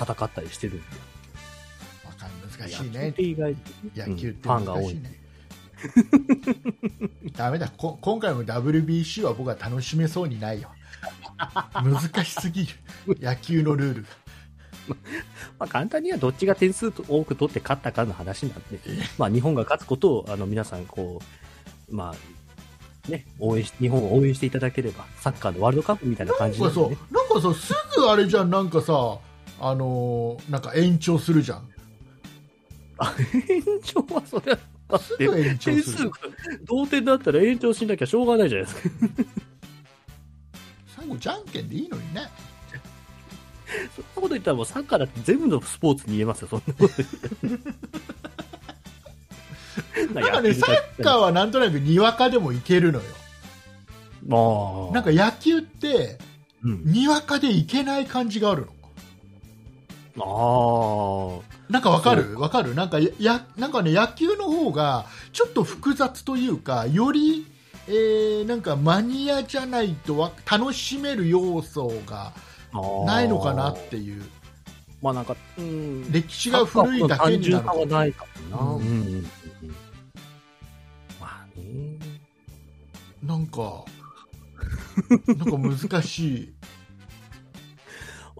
戦ったりしてるんで。
わかん難しい
野球
ね
って意外と
野球って
うんファンが
難
多
しい
い。
ね、ダメだこ今回も WBC は僕は楽しめそうにないよ難しすぎる野球のルールが
まあ簡単にはどっちが点数多く取って勝ったかの話なんで、まあ日本が勝つことをあの皆さんこう、まあね、応援し、日本を応援していただければ、サッカーのワールドカップみたいな
な
感
ん
じなん
か
で
さ
ね、 (laughs)
なんかさすぐあれじゃんなんかさあのーなんか延長するじゃん
延長はそれは、だ
す
っ
ぐ
て、
延長
点
す
数
る
が同点だったら延長しなきゃしょうがないじゃないですか。
最後じゃんけんでいいのにね
そんなこと言ったらもうサッカーだって全部のスポーツに言えますよ、そんなこと
な
言った
ん
ら。
かねサッカー
ー
はなんとなくにわかでもいけるのよ
まあ、
なんか、野球って
うん、
にわかでいけない感じがあるの
ああ、
なんかわか
そう
るわかるなんかややなんかね野球の方がちょっと複雑というかより、えーなんかマニアじゃないとわ楽しめる要素が
あー
ないのかなっていう
まあなんか、うん、
歴史が古いだけになる
サッカーの単純
と
化はないかもな。
うん
うんうんうんうんまあね。
なんかなんか難しい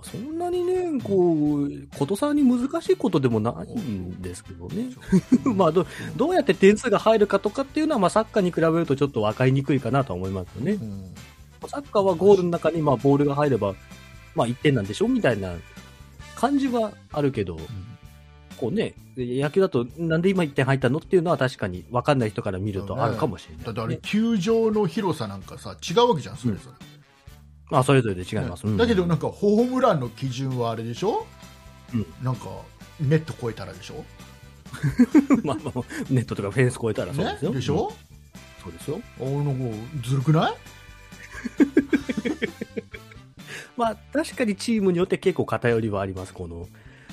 そんなにね、こう、ことさらに難しいことでもないんですけどね。 (laughs) まあど、どうやって点数が入るかとかっていうのは、まあ、サッカーに比べるとちょっと分かりにくいかなとは思いますよね
う。ん
サッカーはゴールの中に、まあ、ボールが入れば、まあ、1点なんでしょみたいな感じはあるけど、こうね、野球だと、なんで今1点入ったのっていうのは確かに分かんない人から見るとあるかもしれない、
だってあれ球場の広さなんかさ違うわけじゃんそれぞれ、
まあ、それぞれで違います。うん
だけどなんかホームランの基準はあれでしょ、
うん
なんかネット越えたらでしょ
まあ、まあネットとかフェンス越えたらそう
ね
ですよ。
でしょ、
うんそうですよ。
あの子ずるくない
まあ、確かにチームによって結構偏りはあります。この、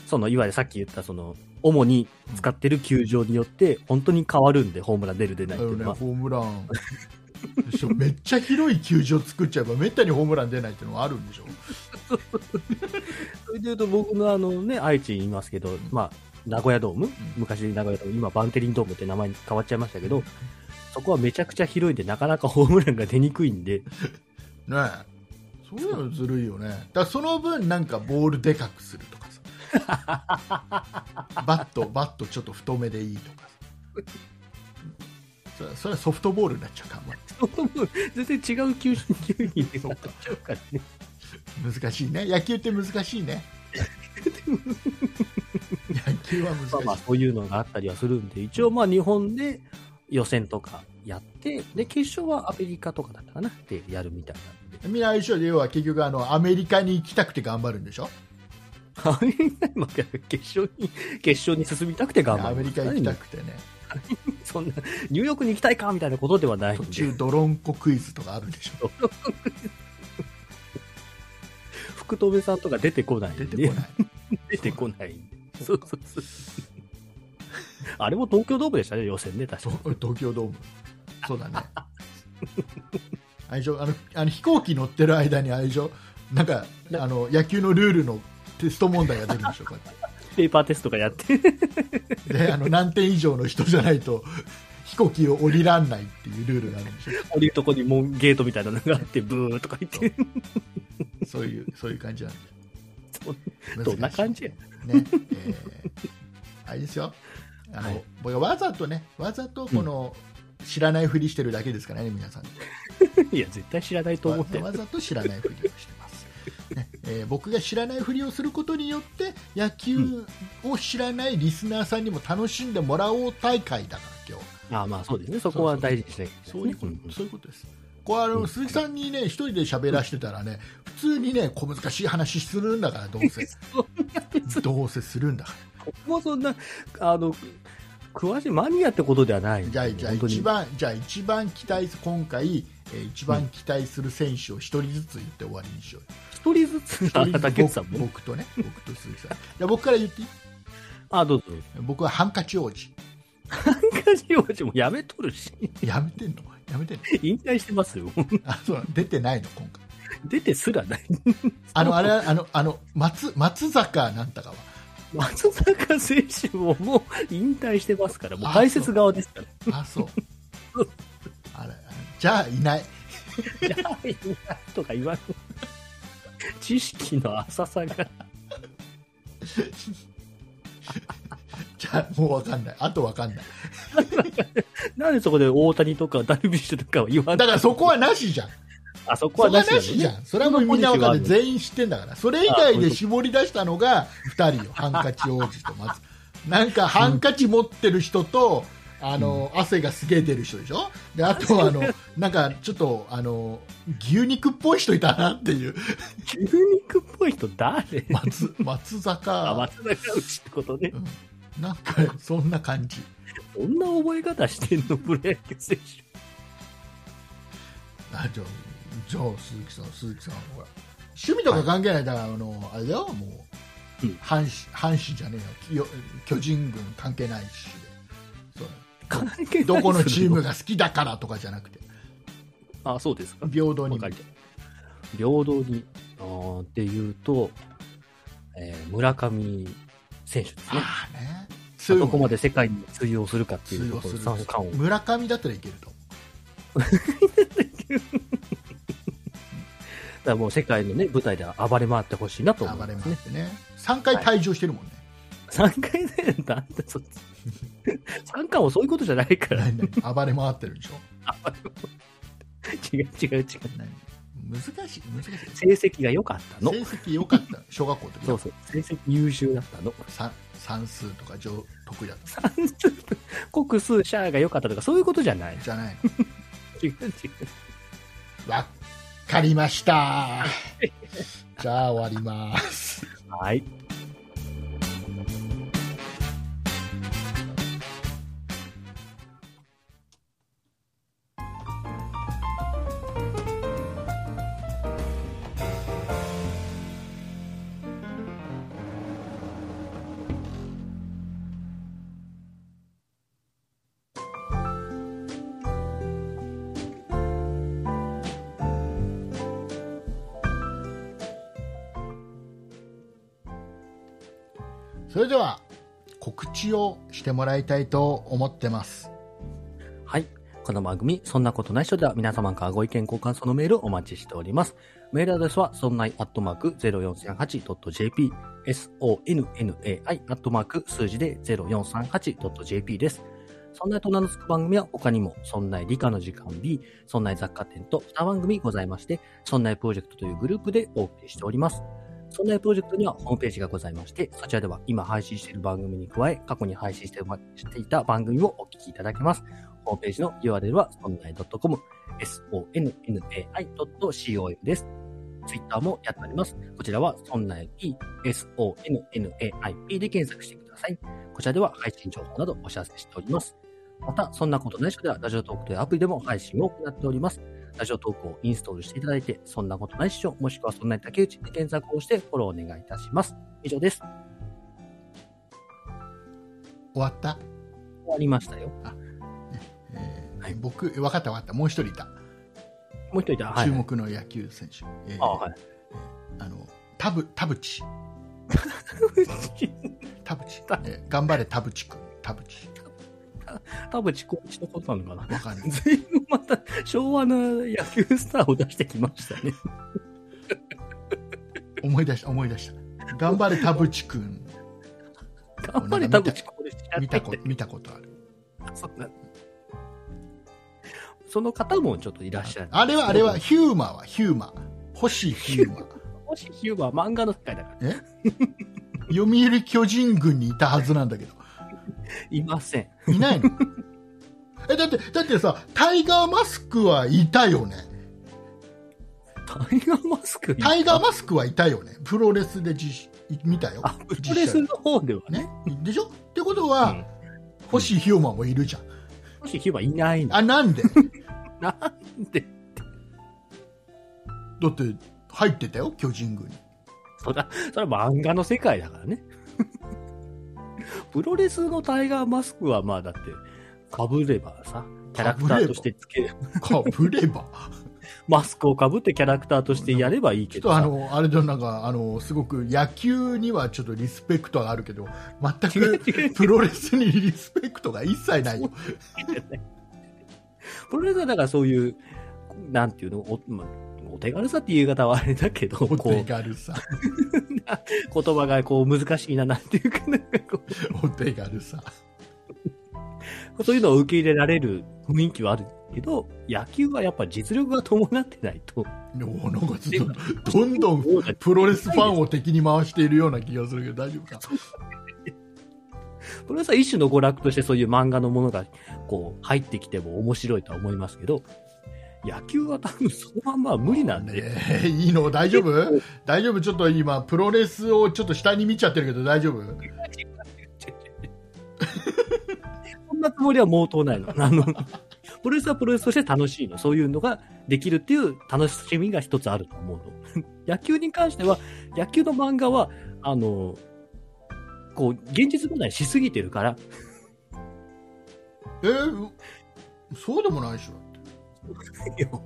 その、いわゆるさっき言った、その、主に使ってる球場によって、本当に変わるんで、ホームラン出る出ない
だ
っ
よ
ていう
ね
のは。
ホームランでしょめっちゃ広い球場作っちゃえばめったにホームラン出ないっていうのはあるんでしょ
それで言うと、僕のあのね、愛知にいますけど、まあ、名古屋ドーム昔名古屋ドーム、今バンテリンドームって名前に変わっちゃいましたけど、そこはめちゃくちゃ広いんで、なかなかホームランが出にくいんで、
ねえそういうのずるいよねだからその分なんかボールでかくするとかさ
(laughs)
バットバットちょっと太めでいいとかさそそれはソフトボールになっちゃうかも
(laughs) 全然違う球 (laughs) 種に変わっちゃうからね。
難しいね野球って難しいね野それは難しい
まあ、まあそういうのがあったりはするんで、一応まあ日本で予選とかやって、で、決勝はアメリカとかだったかなってやるみたいなんで。
みんな相性で要は結局あのアメリカに行きたくて頑張るんでしょ
アメリカに負け決勝に、 (laughs) 決勝に進みたくて頑張る。
アメリカ行きたくてね
そんな、ニューヨークに行きたいかみたいなことではないん
途
で。
中ドロンコクイズとかあるんでしょ
福留さんとか出てこないんで
出てこない
出てこないんで。そうそうそう。あれも東京ドームでしたね、予選ね、確か
おい (laughs) 東京ドー
(laughs)
ムそうだね愛情あのあの飛行機乗ってる間に愛情なんかあの野球のルールのテスト問題が出るんでしょこうやっ
ペーパーテストがやって、
て
(laughs)
であの何点以上の人じゃないと飛行機を降りらんないっていうルールがあるんでしょ
こういうとこにもうゲートみたいなのがあって、ブーとか言って、
そういうそういう感じなんで
そう
すよ
どんな感じや
ね、えーあれですよ。あの、
はい
僕はわざとね、わざとこの、知らないふりしてるだけですからね、皆さん。
いや、絶対知らないと思って
わわざと知らないふりをしてます。 (laughs) ねえー僕が知らないふりをすることによって野球を知らないリスナーさんにも楽しんでもらおう大会だから今日
ああまあそうですね、そこは大事にしなきゃいけ
そう
ない
い
で
う
す
こ
ね。
とそういうことです。こうあの鈴木さんにね一人で喋らしてたらね普通にね小難しい話するんだからどう (laughs) せどうせするんだから
僕もそんな、あの、詳しいマニアってことではないんで
じゃあ、じゃあ
本当に
一番、じゃあ一番期待す、今回、えー一番期待する選手を一人ずつ言って終わりにしようよ。
一人ずつ、あ
一人ずつ
竹内さん
僕
も。
僕とね、僕と鈴木さん。じゃあ僕から言っていい
あ、どうぞ。
僕はハンカチ王子。
なんかしもやめとるし、 (laughs)
やめてんのやめてんの
引退してますよ。
あ、そう、出てないの、今回。
出てすらない。
あの、あれ、あの、あの、松、松坂なんたかは。
松坂選手ももう引退してますから、もう解説側ですから。
あ、そう。あれ、あれじゃあいない。
じゃあ、いいなとか言わん。知識の浅さが。
じゃあもうわかんない。あとわかんない。
なんでそこで大谷とかダルビッシュとかは言
だ
わんの
からそこはなしじゃん。
あそこ
そ
は
れはな
なしだよ
しじ
ね
ゃん。それはもうみんなわか
そ
る。
のポジションはある
全員知ってんだから。それ以外で絞り出したのが2人よ。ハンカチ王子と松。なんかハンカチ持ってる人と、あの、汗がすげえ出る人でしょで、あとはあの、なんかちょっと、あの、牛肉っぽい人いたなっていう。
牛肉っぽい人誰
松、松
あ、
坂。
松坂内ってことね。
なんか、そんな感じ。
そんな覚え方してんの、プロ野球選手。
あ、じゃあ、じゃあ鈴木さん、鈴木さん、ほら。趣味とか関係ないだから、あの、あれだよ、もう。
うん
阪神、阪神じゃねえよ。よ巨人軍関係ないし。そう
関係ない
どこのチームが好きだからとかじゃなくて、
あ、そうですか。
平等に。
わかり平等に。あーっていうと、えー村上選手ですね。
ああね。そういう
ど
の
こまで世界に通用するかってい
通
う
用
とこ
す
ろ、
る
三冠王。
村上だったらいけると。
だからもう世界のね、舞台で暴れ回ってほしいなと思
暴
い
れ
ます
回
ね
っ。てね。3回退場してるもんね。
三回ね、なんだ
(laughs)
そっち。三冠王そういうことじゃないから。
何々暴れ回ってるんでしょ。
違う違う違う。
何難しい、難しい。
成績が良かった
成
の。
績良かった、小学校の時
そうそう。成績優秀だったの。
算算数とか上得意だった
算数、 (laughs) 国数、シャアが良かったとか、そういうことじゃない。
じゃないの
違う違う。
わっかりました。じゃあ終わります。
はい。
それでは告知をしてもらいたいと思ってます。
はい。この番組、そんなことない人では皆様からご意見、ご感想のメールをお待ちしております。メールアドレスは、そんないアットマーク 0438.jp、sonnai アットマーク数字で 0438.jp です。そんないと名の付く番組は他にも、そんない理科の時間 B、そんない雑貨店と2番組ございまして、そんないプロジェクトというグループでお送りしております。そんなプロジェクトにはホームページがございまして、そちらでは今配信している番組に加え、過去に配信してましていた番組をお聞きいただけます。ホームページの URL は、そんない .com、sonnai.com です。ツイッターもやっております。こちらは、そんない p、sonnaip で検索してください。こちらでは配信情報などお知らせしております。また、そんなことない人では、ラジオトークというアプリでも配信を行っております。ラジオトークをインストールしていただいて、そんなことないっしょ、もしくはそんなに竹内で検索をしてフォローお願いいたします。以上です。
終わった、
終わりましたよ。
えー
はい
僕、分かった分かった、もう一人いた、
もう一人いた。はい。
注目の野球選手、えー
あ、はい。 (laughs)
あの田ぶ田淵田淵、えー頑張れ田淵君、田淵、
田淵浩一のことなのかな。
わかんない
随分また昭和の野球スターを出してきました
(laughs)
ね。
思い出した、思い出した、頑張れ田淵君、
頑張れ田淵浩一や
見
って
た
っ
こ
て。
見たことある、
そんなその方もちょっといらっしゃる。
あれは、あれは、ヒューマは、ヒューマ、星ヒューマ。
もしヒューマは漫画の世界だから、
読売巨人軍にいたはずなんだけど
いません。
いない
(laughs)
のえだってだってさタイガーマスクはいたよね
タイガーマスクいた
タイガーマスクはいたよねプロレスで実見たよ
あ、プロレスの方ではね。
ねでしょってことは、
うん
星ヒューマンもいるじゃん
もしヒューマいないの。
あなんで
なんで、
だって入ってたよ巨人軍に
そら、それは漫画の世界だからね。 (laughs) プロレスのタイガーマスクはまあだって、被ればさ、キャラクターとしてつけ、
かぶれ
(laughs)
ば
マスクを被ってキャラクターとしてやればいい
ちょ
け
っ
ど
とあ
さ
のあれだなんかあのすごく野球にはちょっとリスペクトがあるけど全
違う (laughs)
く
違う
プロレスにリスペクトが一切ないよ
プロレスはだからそういう、なんていうの、お、まあお手軽さっていう言い方はあれだけど、こ
お
う、
手
言
軽さ
葉がこう難しいな、なんていうか、なんかこ
(laughs) お手軽さ
う、そういうのを受け入れられる雰囲気はあるけど、野球はやっぱ実力が伴ってないと、
でもなんかちょっとどんどんプロレスファンを敵に回しているような気がするけど大丈夫か
プロレスは一種の娯楽としてそういう漫画のものがこう入ってきても面白いとは思いますけど、野球は多分そのまんまは (laughs) 無理なんで、
ねえいいの大丈
(laughs)
夫大丈夫ちょっと今プロレスをちょっと下に見ちゃってるけど大丈夫
そんなつもりは毛頭ないの。あの、プロレスはプロレスとして楽しいの。そういうのができるっていう楽しみが一つあると思うの。 (laughs) 野球に関しては、野球の漫画は、あの、こう、現実離れしすぎてるから、
えーそうでもないでしょ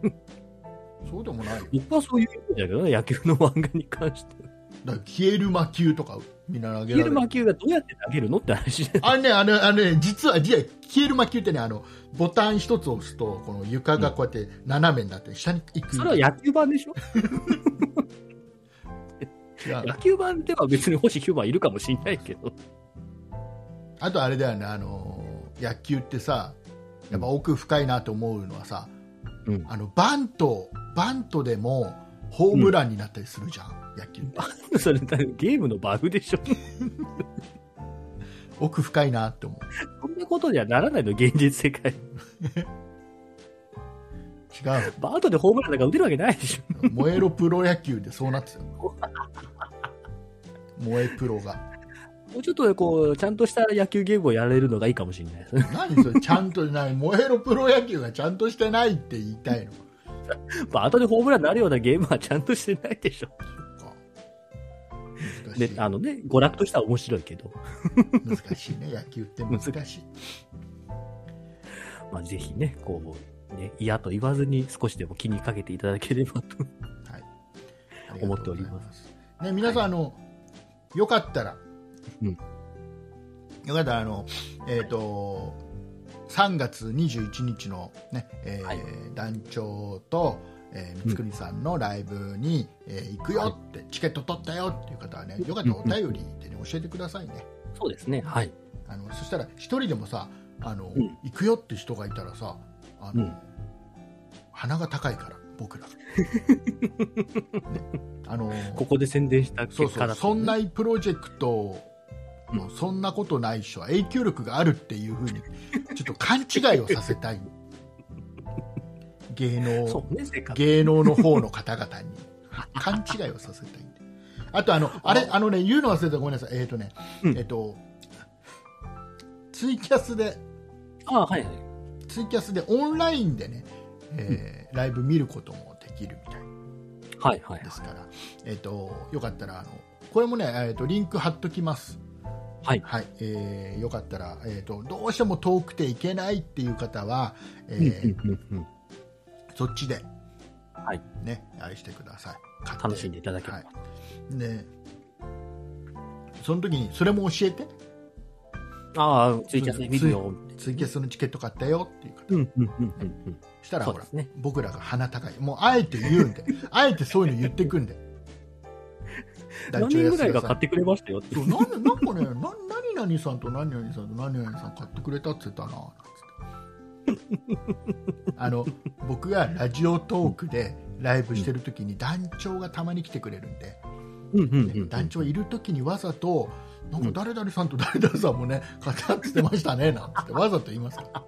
そうでもないよ
僕はそういう意味だけどね、野球の漫画に関しては。
だから消える魔球とかみんな投げ
ヒ
ら
ー
れる
ル魔球がどうやって投げるのって話で。
あれねあのあのね実は実は消える魔球ってねあのボタン一つ押すとこの床がこうやって斜めになって下に行く
それは野球版でしょ
違う
野球版では別に星9番いるかもしれないけど。 (laughs)
あとあれだよね、あのー野球ってさ、やっぱ奥深いなと思うのはさ、
うん
あのバント、バントでもホームランになったりするじゃん、野球って。
それゲームのバグでしょ (laughs)
奥深いなって思
そんなことにはならないの、現実世界。
う。違
バートでホームランなんか打てるわけないでしょ。
う。燃えろプロ野球でそうなってたよ。
(laughs)
燃えプロが。
もうちょっとこう、ちゃんとした野球ゲームをやれるのがいいかもしれないですね。
何それ、ちゃんとない。燃えろプロ野球がちゃんとしてないって言いたいの。
(laughs) バートでホームランになるようなゲームはちゃんとしてないでし (laughs) ょ。
か難し
で
い、
あのね、娯楽としては面白いけど、
難しいね、野球って難しい。。
まあぜひね、こう、ね、嫌と言わずに少しでも気にかけていただければと。思っております
ね、皆さん、あの、よかったら、
うん
よかったら、あの、えっ、と、3月21日のね、えー
はい
団長と、えー、三國さんのライブに、えー行くよって、チケット取ったよっていう方はね、よかったらお便りで、ね、教えてくださいね。
そうですね、はい。
あのそしたら、一人でもさ、あの、
うん
行くよって人がいたらさ、あの、
うん
鼻が高いから、僕
(laughs)
ら、ね、あの
ここで宣伝した結
そう
果
そ
だ
う
った
そ
ね
んなプロジェクトのそんなことないっしょは永久力があるっていうふうにちょっと勘違いをさせたい芸能
そうね、せっかく
芸能の方の方々に勘違いをさせたいあとあのあれあのね言うの忘れたごめんなさいえっ、とね、
うん
えっ、とツイキャスで
あはいはい。
ツイキャスでオンラインでね、えーライブ見ることもできるみたい
はいはい
で。すから、えっとよかったらあのこれもね、えー、とリンク貼っときます
はい。
はい、えーよかったら、えー、とどうしても遠くて行けないっていう方は、え
う
ー
んうんうんうん
そっちで、
はい
ね、あれしてください買って
楽しんでいただければ
は。い、でその時にそれも教えて
ああ、ツイキャスで見るよ。
ツイキャスのチケット買ったよっていう方
うんうんうんうん
したら
そう
ほ
で
ら、
すね
僕らが鼻高いもうあえて言うん
(laughs)
であえてそういうの言ってくんで
うん。何人ぐらいが買ってくれましたよって
そうなんなんかねな (laughs) 何々さんと何々さんと何々さん買ってくれたっつってたななんつってあの僕がラジオトークでライブしてる時に団長がたまに来てくれるんで、
うんうんうんうん。
団長いる時にわざとなんか誰々さんと誰々さんもね買ったっつってましたねなんつってわざと言います
(laughs)
から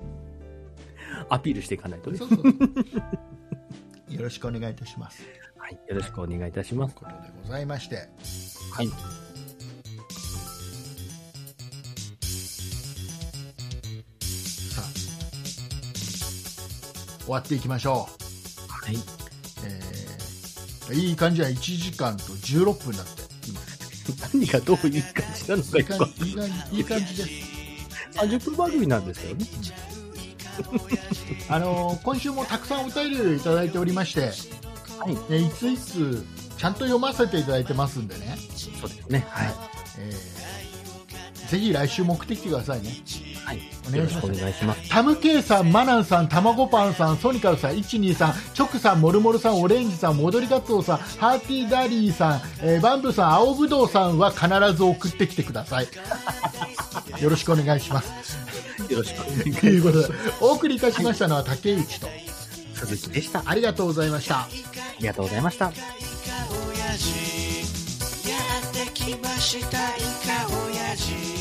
アピールしていかないとね。
そうそうそうよろしくお願いいたします
はい。よろしくお願いいたし
とい
ま
う
す。
ことでございまして
はい。
さあ終わっていきましょう
はい。 (laughs)
えーいい感じは1時間と16分だって今
何がどういう感じなのか
いい
よくわ
感じいい感じいい感じです
30分番組なんですよね。
あのー今週もたくさんお便りをいただいておりまして、
はい
えーいついつちゃんと読ませていただいてますんでね、
そうですね。はい。
えーぜひ来週も送ってきてくださいね
はい。
お願い
よろ
し
し
ま
くお
す
願いします。
タムケイさん、マナンさん、たまごパンさん、ソニカルさん、123さん、チョクさん、モルモルさん、オレンジさん、戻りガツオさん、ハーティーダリーさん、えーバンブーさん、青ぶどうさんは必ず送ってきてください。よろしくお願いします。
よろしくお願いし
ということで、お送りいたしましたのは竹内と、
ます。鈴木でした。あ
ありがとうございました。
りがとうございました。
やってきましたイカオヤジ